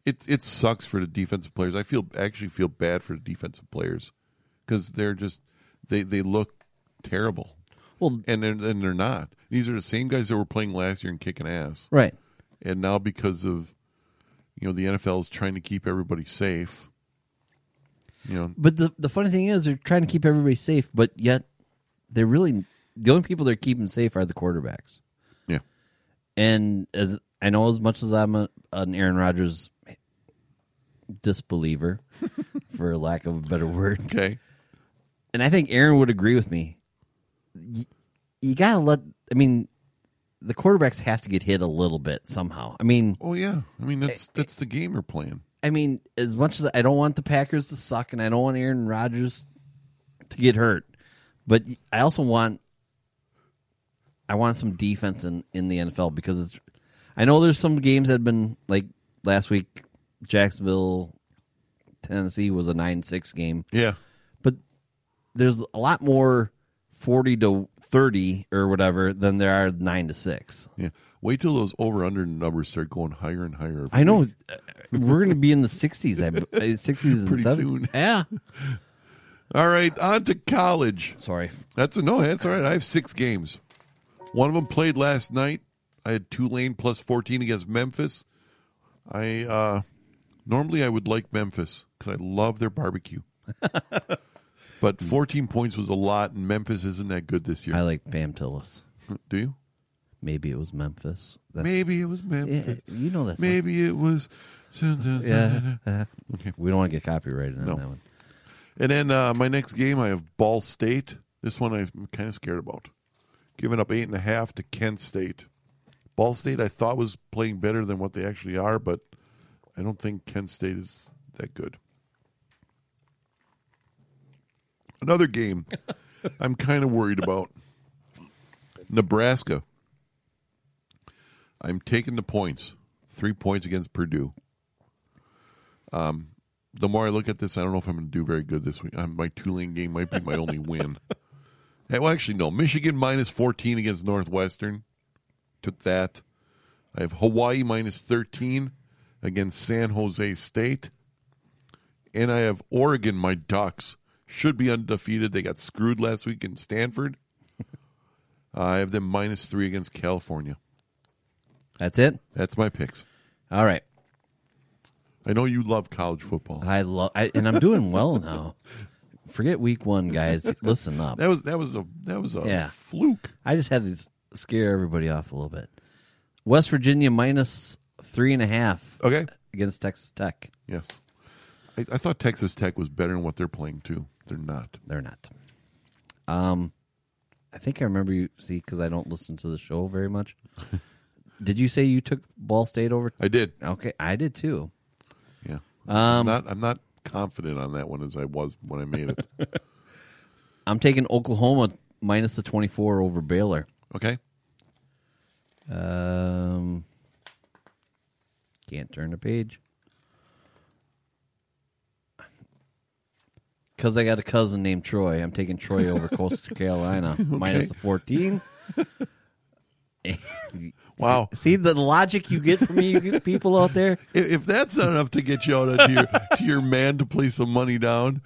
B: it it sucks for the defensive players. I feel actually feel bad for the defensive players because they're just they they look terrible,
C: Well,
B: and they're, and they're not. These are the same guys that were playing last year and kicking ass,
C: right.
B: and now because of you know the NFL is trying to keep everybody safe. You know,
C: But the the funny thing is, they're trying to keep everybody safe, but yet they're really the only people they're keeping safe are the quarterbacks.
B: yeah,
C: And as I know, as much as I'm a, an Aaron Rodgers disbeliever, [laughs] for lack of a better word,
B: okay,
C: and I think Aaron would agree with me. You, you gotta let. I mean, the quarterbacks have to get hit a little bit somehow. I mean,
B: oh yeah. I mean that's that's the game you're playing.
C: I mean, as much as I don't want the Packers to suck, and I don't want Aaron Rodgers to get hurt, but I also want I want some defense in in the NFL because it's. I know there's some games that have been like last week, Jacksonville, Tennessee was a nine six game,
B: Yeah,
C: but there's a lot more forty to thirty or whatever than there are nine to six.
B: yeah. Wait till those over under numbers start going higher and higher. every
C: I know
B: week.
C: uh, we're going to be in the 60s. I b- uh, 60s
B: [laughs]
C: and
B: Pretty
C: 70s.
B: soon.
C: Yeah.
B: All right, on to college.
C: Sorry.
B: That's no, that's all right. I have six games. One of them played last night. I had Tulane plus fourteen against Memphis. I uh, normally I would like Memphis because I love their
C: [laughs]
B: barbecue, but fourteen points was a lot, and Memphis isn't that good this year.
C: I like Pam Tillis.
B: Do you?
C: Maybe it was Memphis. That's,
B: Maybe it was
C: Yeah,
B: Memphis.
C: you know that. song.
B: Maybe it was.
C: Yeah.
B: [laughs]
C: We don't want to get copyrighted on
B: No.
C: that one.
B: And then uh, my next game, I have Ball State. This one I'm kind of scared about. Giving up eight and a half to Kent State. Ball State, I thought was playing better than what they actually are, but I don't think Kent State is that good. Another game I'm kind of worried about Nebraska. I'm taking the points. three points against Purdue. Um, the more I look at this, I don't know if I'm going to do very good this week. Um, my Tulane game might be my only
C: [laughs]
B: win. Hey, well, actually, no. Michigan minus 14 against Northwestern. Took that. I have Hawaii minus 13 against San Jose State. And I have Oregon, my Ducks, should be undefeated. They got screwed last week in
C: [laughs]
B: Stanford. I have them minus three against California.
C: That's it.
B: That's my picks.
C: All right.
B: I know you love college football.
C: I love, I, and I'm doing well now. Forget week one, guys. Listen up.
B: That was that was a that was a
C: Yeah.
B: fluke.
C: I just had to s- scare everybody off a little bit. West Virginia minus three and a half
B: Okay.
C: against Texas Tech.
B: Yes. I, I thought Texas Tech was better than what they're playing too. They're not.
C: They're not. Um, I think I remember you see because I don't listen to the show
B: [laughs]
C: very much. did you say you took Ball State over?
B: I did.
C: Okay, I did too.
B: Yeah. I'm not I'm not confident on that one as I was when I made it.
C: I'm taking Oklahoma minus the 24 over Baylor.
B: okay.
C: Um, can't turn the page. Because I got a cousin named Troy. I'm taking Troy [laughs] over Coastal Carolina minus the 14.
B: Wow.
C: See the logic you get from [laughs] you people out there?
B: If, if that's not enough to get you out of to your to your man to play some money down,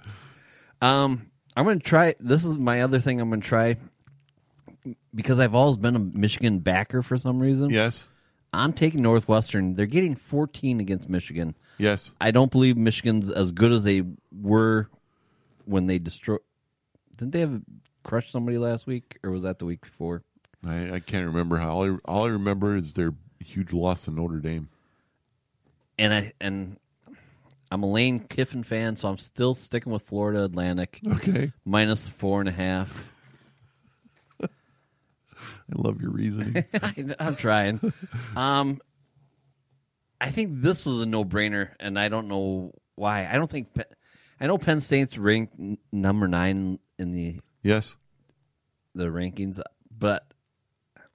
C: Um, I'm going to try. This is my other thing I'm going to try because I've always been a Michigan backer for some reason.
B: yes.
C: I'm taking Northwestern. They're getting 14 against Michigan.
B: Yes.
C: I don't believe Michigan's as good as they were when they destroyed. Didn't they have crushed somebody last week, or was that the week before?
B: I, I can't remember how all I, all I remember is their huge loss to Notre Dame.
C: And I and I'm a Lane Kiffin fan, so I'm still sticking with Florida Atlantic
B: Okay.
C: minus four and a half. [laughs]
B: I love your reasoning.
C: I, I'm trying. Um, I think this was a no brainer, and I don't know why. I don't think Pe- I know Penn State's ranked n- number nine in the
B: yes.
C: the rankings, but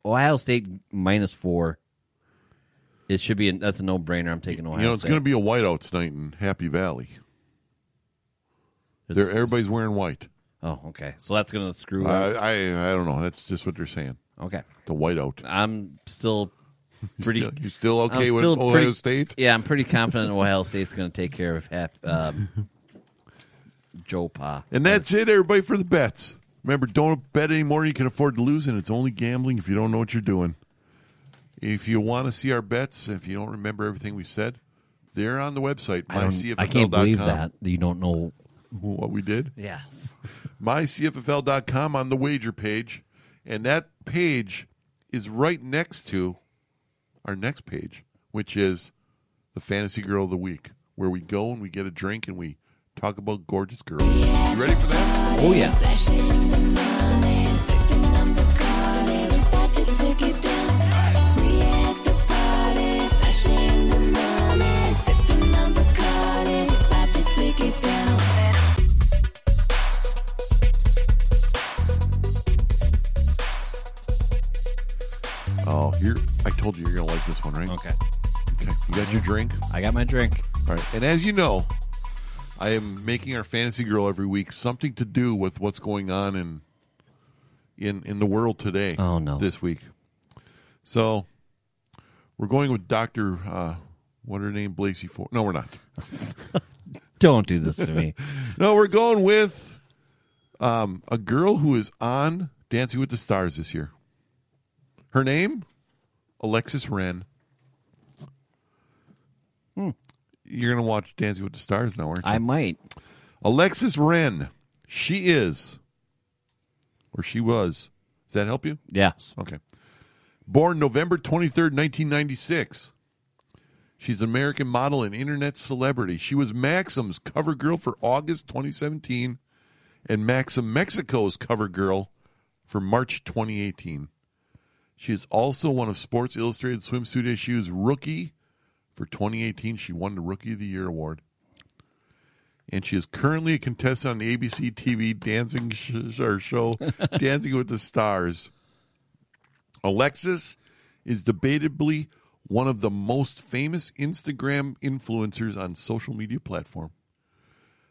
C: Ohio State minus four. It should be a, that's a no brainer. I'm taking Ohio.
B: you know, it's
C: State.
B: going to be a whiteout tonight in Happy Valley. They're, everybody's wearing white.
C: Oh, okay. So that's gonna screw
B: I,
C: up.
B: I I don't know. That's just what they're saying.
C: Okay,
B: The whiteout.
C: I'm
B: [laughs]
C: still pretty.
B: Still- you still
C: I'm
B: okay with
C: still
B: Ohio
C: pretty-
B: State?
C: Yeah, I'm pretty confident Ohio State's gonna take care
B: [laughs]
C: of Hap, um, Joe Pa.
B: And that's it, everybody, for the bets. Remember, don't bet anymore. You can afford to lose, and it's only gambling if you don't know what you're doing. If you want to see our bets, if you don't remember everything we said, they're on the website.
C: I, don't, I can't believe
B: mycfl.com.
C: that you don't know.
B: What we did.
C: Yes.
B: mycffl.com on the wager page. And that page is right next to our next page, which is the Fantasy Girl of the Week, where we go and we get a drink and we talk about gorgeous girls. You ready for that?
C: Oh yeah.
B: Oh, here. I told you you're going to like this one, right?
C: Okay.
B: Okay. You got your drink?
C: I got my drink.
B: All right. And as you know, I am making our fantasy girl every week something to do with what's going on in in in the world today.
C: Oh, no.
B: This week, so we're going with Doctor. Uh, what her name? Blasey Ford? No, we're not.
C: Don't do this to
B: [laughs]
C: me.
B: No, we're going with um, a girl who is on Dancing with the Stars this year. Her name, Alexis Wren.
C: Hmm.
B: You're gonna watch Dancing with the Stars now, aren't you?
C: I might.
B: Alexis Wren. She is, or she was. Does that help you?
C: Yes.
B: Okay. Born November 23rd, 1996. She's an American model and internet celebrity. She was Maxim's cover girl for August 2017 and Maxim Mexico's cover girl for March 2018. She is also one of Sports Illustrated Swimsuit Issue's rookie for 2018. She won the Rookie of the Year award. And she is currently a contestant on the ABC TV dancing sh- or show Dancing with the Stars. Alexis is debatably one of the most famous Instagram influencers on social media platform.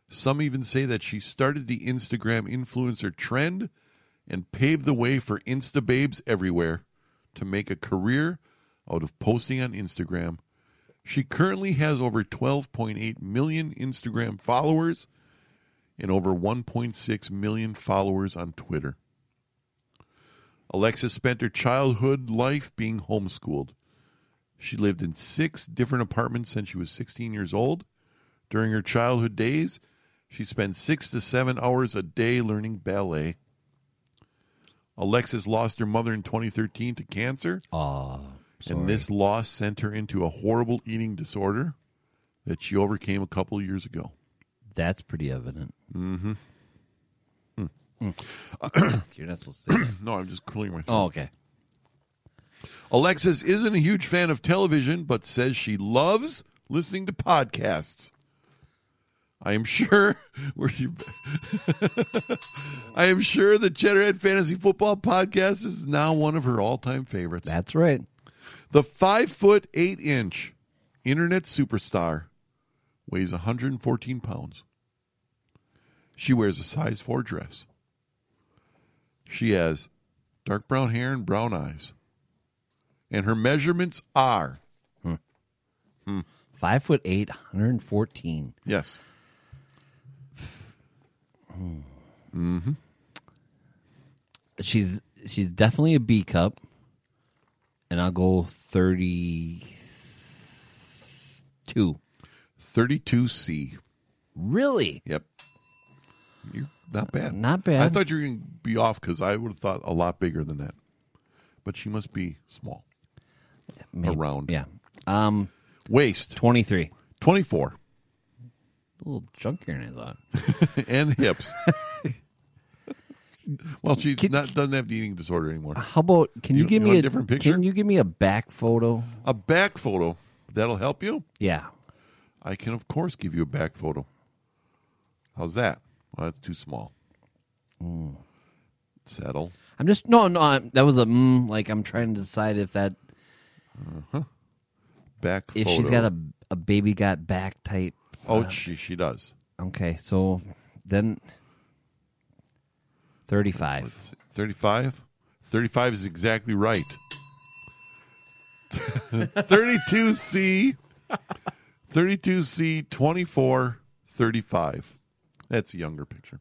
B: Some even say that she started the Instagram influencer trend and paved the way for Insta babes everywhere to make a career out of posting on Instagram. She currently has over 12.8 million Instagram followers and over 1.6 million followers on Twitter. Alexis spent her childhood life being homeschooled. She lived in six different apartments since she was 16 years old. During her childhood days, she spent six to seven hours a day learning ballet. Alexis lost her mother in 2013 to cancer,
C: Oh,
B: and this loss sent her into a horrible eating disorder that she overcame a couple of years ago. [clears throat]
C: that's pretty evident.
B: Hmm.
C: Mm-hmm. You're not supposed
B: [coughs]
C: to say that.
B: No, I'm just cooling my throat.
C: Oh, okay.
B: Alexis isn't a huge fan of television, but says she loves listening to podcasts. I am sure [laughs] were you I am sure the Cheddarhead Fantasy Football Podcast is now one of her all time favorites.
C: That's right.
B: the five foot eight inch internet superstar weighs 114 pounds. She wears a size four dress. She has dark brown hair and brown eyes. And her measurements are
C: Five foot eight, 114.
B: yes,
C: She's she's definitely a B cup, and I'll go thirty-two.
B: 32C.
C: Really?
B: Yep. You not bad.
C: Not bad.
B: I thought you were going to be off because I would have thought a lot bigger than that. But she must be small.
C: Maybe-
B: Around.
C: Yeah. Um,
B: Waist,
C: twenty-three.
B: 24.
C: A little chunkier than I thought.
B: [laughs] and
C: [laughs]
B: hips. well, she
C: Can- Uh-huh.
B: not, doesn't have the eating disorder anymore.
C: How about can you,
B: You-
C: give
B: you
C: me
B: want
C: a
B: a different picture?
C: Can you give me a back photo?
B: A back photo that'll help you.
C: Yeah.
B: I can, of course, give you a back photo. How's that? Well, that's too small.
C: Mm.
B: Settle.
C: I'm just no no. I'm, that was a mm, like I'm trying to decide if that
B: Back
C: if
B: photo.
C: she's got a uh, a baby got back type.
B: Oh, she she does.
C: Okay, so then thirty-five.
B: 35? 35 is exactly right. [laughs] 32C, 32C, 24, 35. That's a younger picture.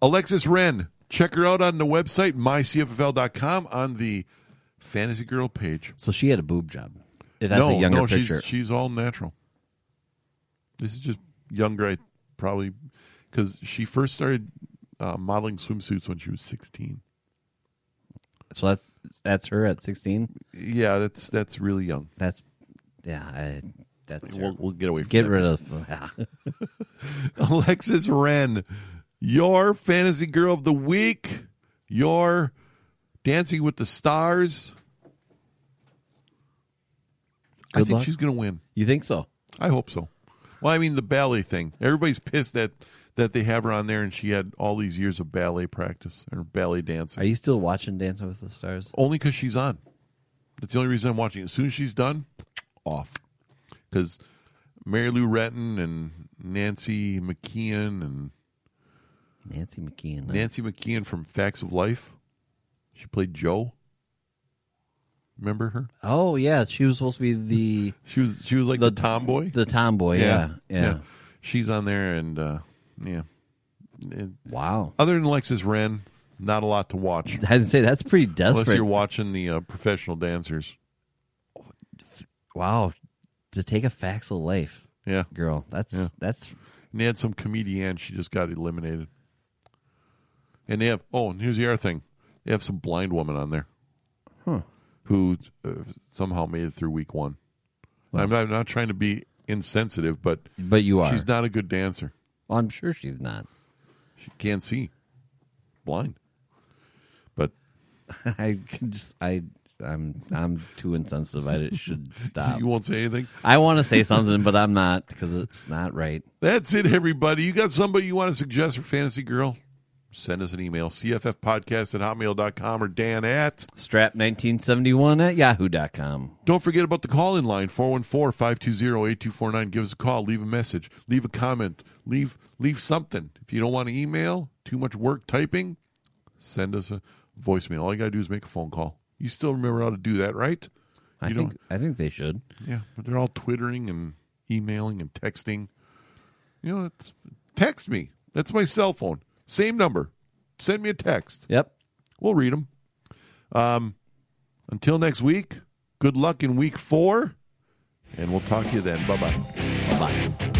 B: Alexis Wren, check her out on the website, mycffl.com, on the Fantasy Girl page.
C: So she had a boob job. That's a
B: no,
C: younger
B: no,
C: picture.
B: she's she's all natural. This is just younger, I probably because she first started uh, modeling swimsuits when she was sixteen.
C: so that's that's her at sixteen.
B: Yeah, that's that's really young.
C: That's yeah. I, that's
B: We'll, we'll get away from
C: get
B: that.
C: [laughs] rid of.
B: [laughs] Alexis Wren, your fantasy girl of the week, your Dancing with the Stars. I
C: Good
B: think
C: luck.
B: she's going to win.
C: you think so?
B: I hope so. Well, I mean the ballet thing. Everybody's pissed that that they have her on there, and she had all these years of ballet practice or ballet dancing.
C: Are you still watching Dancing with the Stars?
B: Only because she's on. That's the only reason I'm watching. As soon as she's done, off. Because Mary Lou Retton and Nancy McKeon and
C: Nancy uh, McKeon.
B: Nancy McKeon from Facts of Life. She played Joe. Remember her?
C: Oh yeah, she was supposed to be the
B: She was she was like [laughs] the, tomboy.
C: the tomboy. Yeah, yeah.
B: She's on there, and uh, yeah. And
C: Wow. [laughs]
B: other than Alexis Wren, not a lot to watch
C: I'd say that's pretty desperate.
B: unless you're watching the uh, professional dancers.
C: wow, to take a facts of life,
B: Yeah,
C: girl. That's
B: Yeah.
C: that's
B: and they had some comedian. She just got eliminated. And they have oh, and here's the other thing: they have some blind woman on there, who uh, somehow made it through week one. I'm, not, I'm not trying to be insensitive, but
C: but you are.
B: she's not a good dancer.
C: Well, I'm sure she's not. [laughs]
B: She can't see, blind. But
C: I can just I I'm I'm too insensitive. I should
B: [laughs]
C: stop.
B: you won't say anything.
C: I want to say something, but I'm not because it's not right.
B: That's it, everybody. You got somebody you want to suggest for Fantasy Girl? send us an email, cffpodcast at hotmail.com or dan at.
C: Strap1971 at yahoo.com.
B: Don't forget about the call in line 414-520-8249. Give us a call, leave a message, leave a comment, leave leave something. If you don't want to email, too much work typing, send us a voicemail. All you got to do is make a phone call. You still remember how to do that, right?
C: I
B: you
C: think
B: don't
C: I think they should.
B: Yeah, but they're all twittering and emailing and texting. You know, it's, text me. That's my cell phone. Same number. Send me a text.
C: Yep.
B: We'll read them. Um, until next week, good luck in week four, and we'll talk to you then. Bye bye.
C: Bye.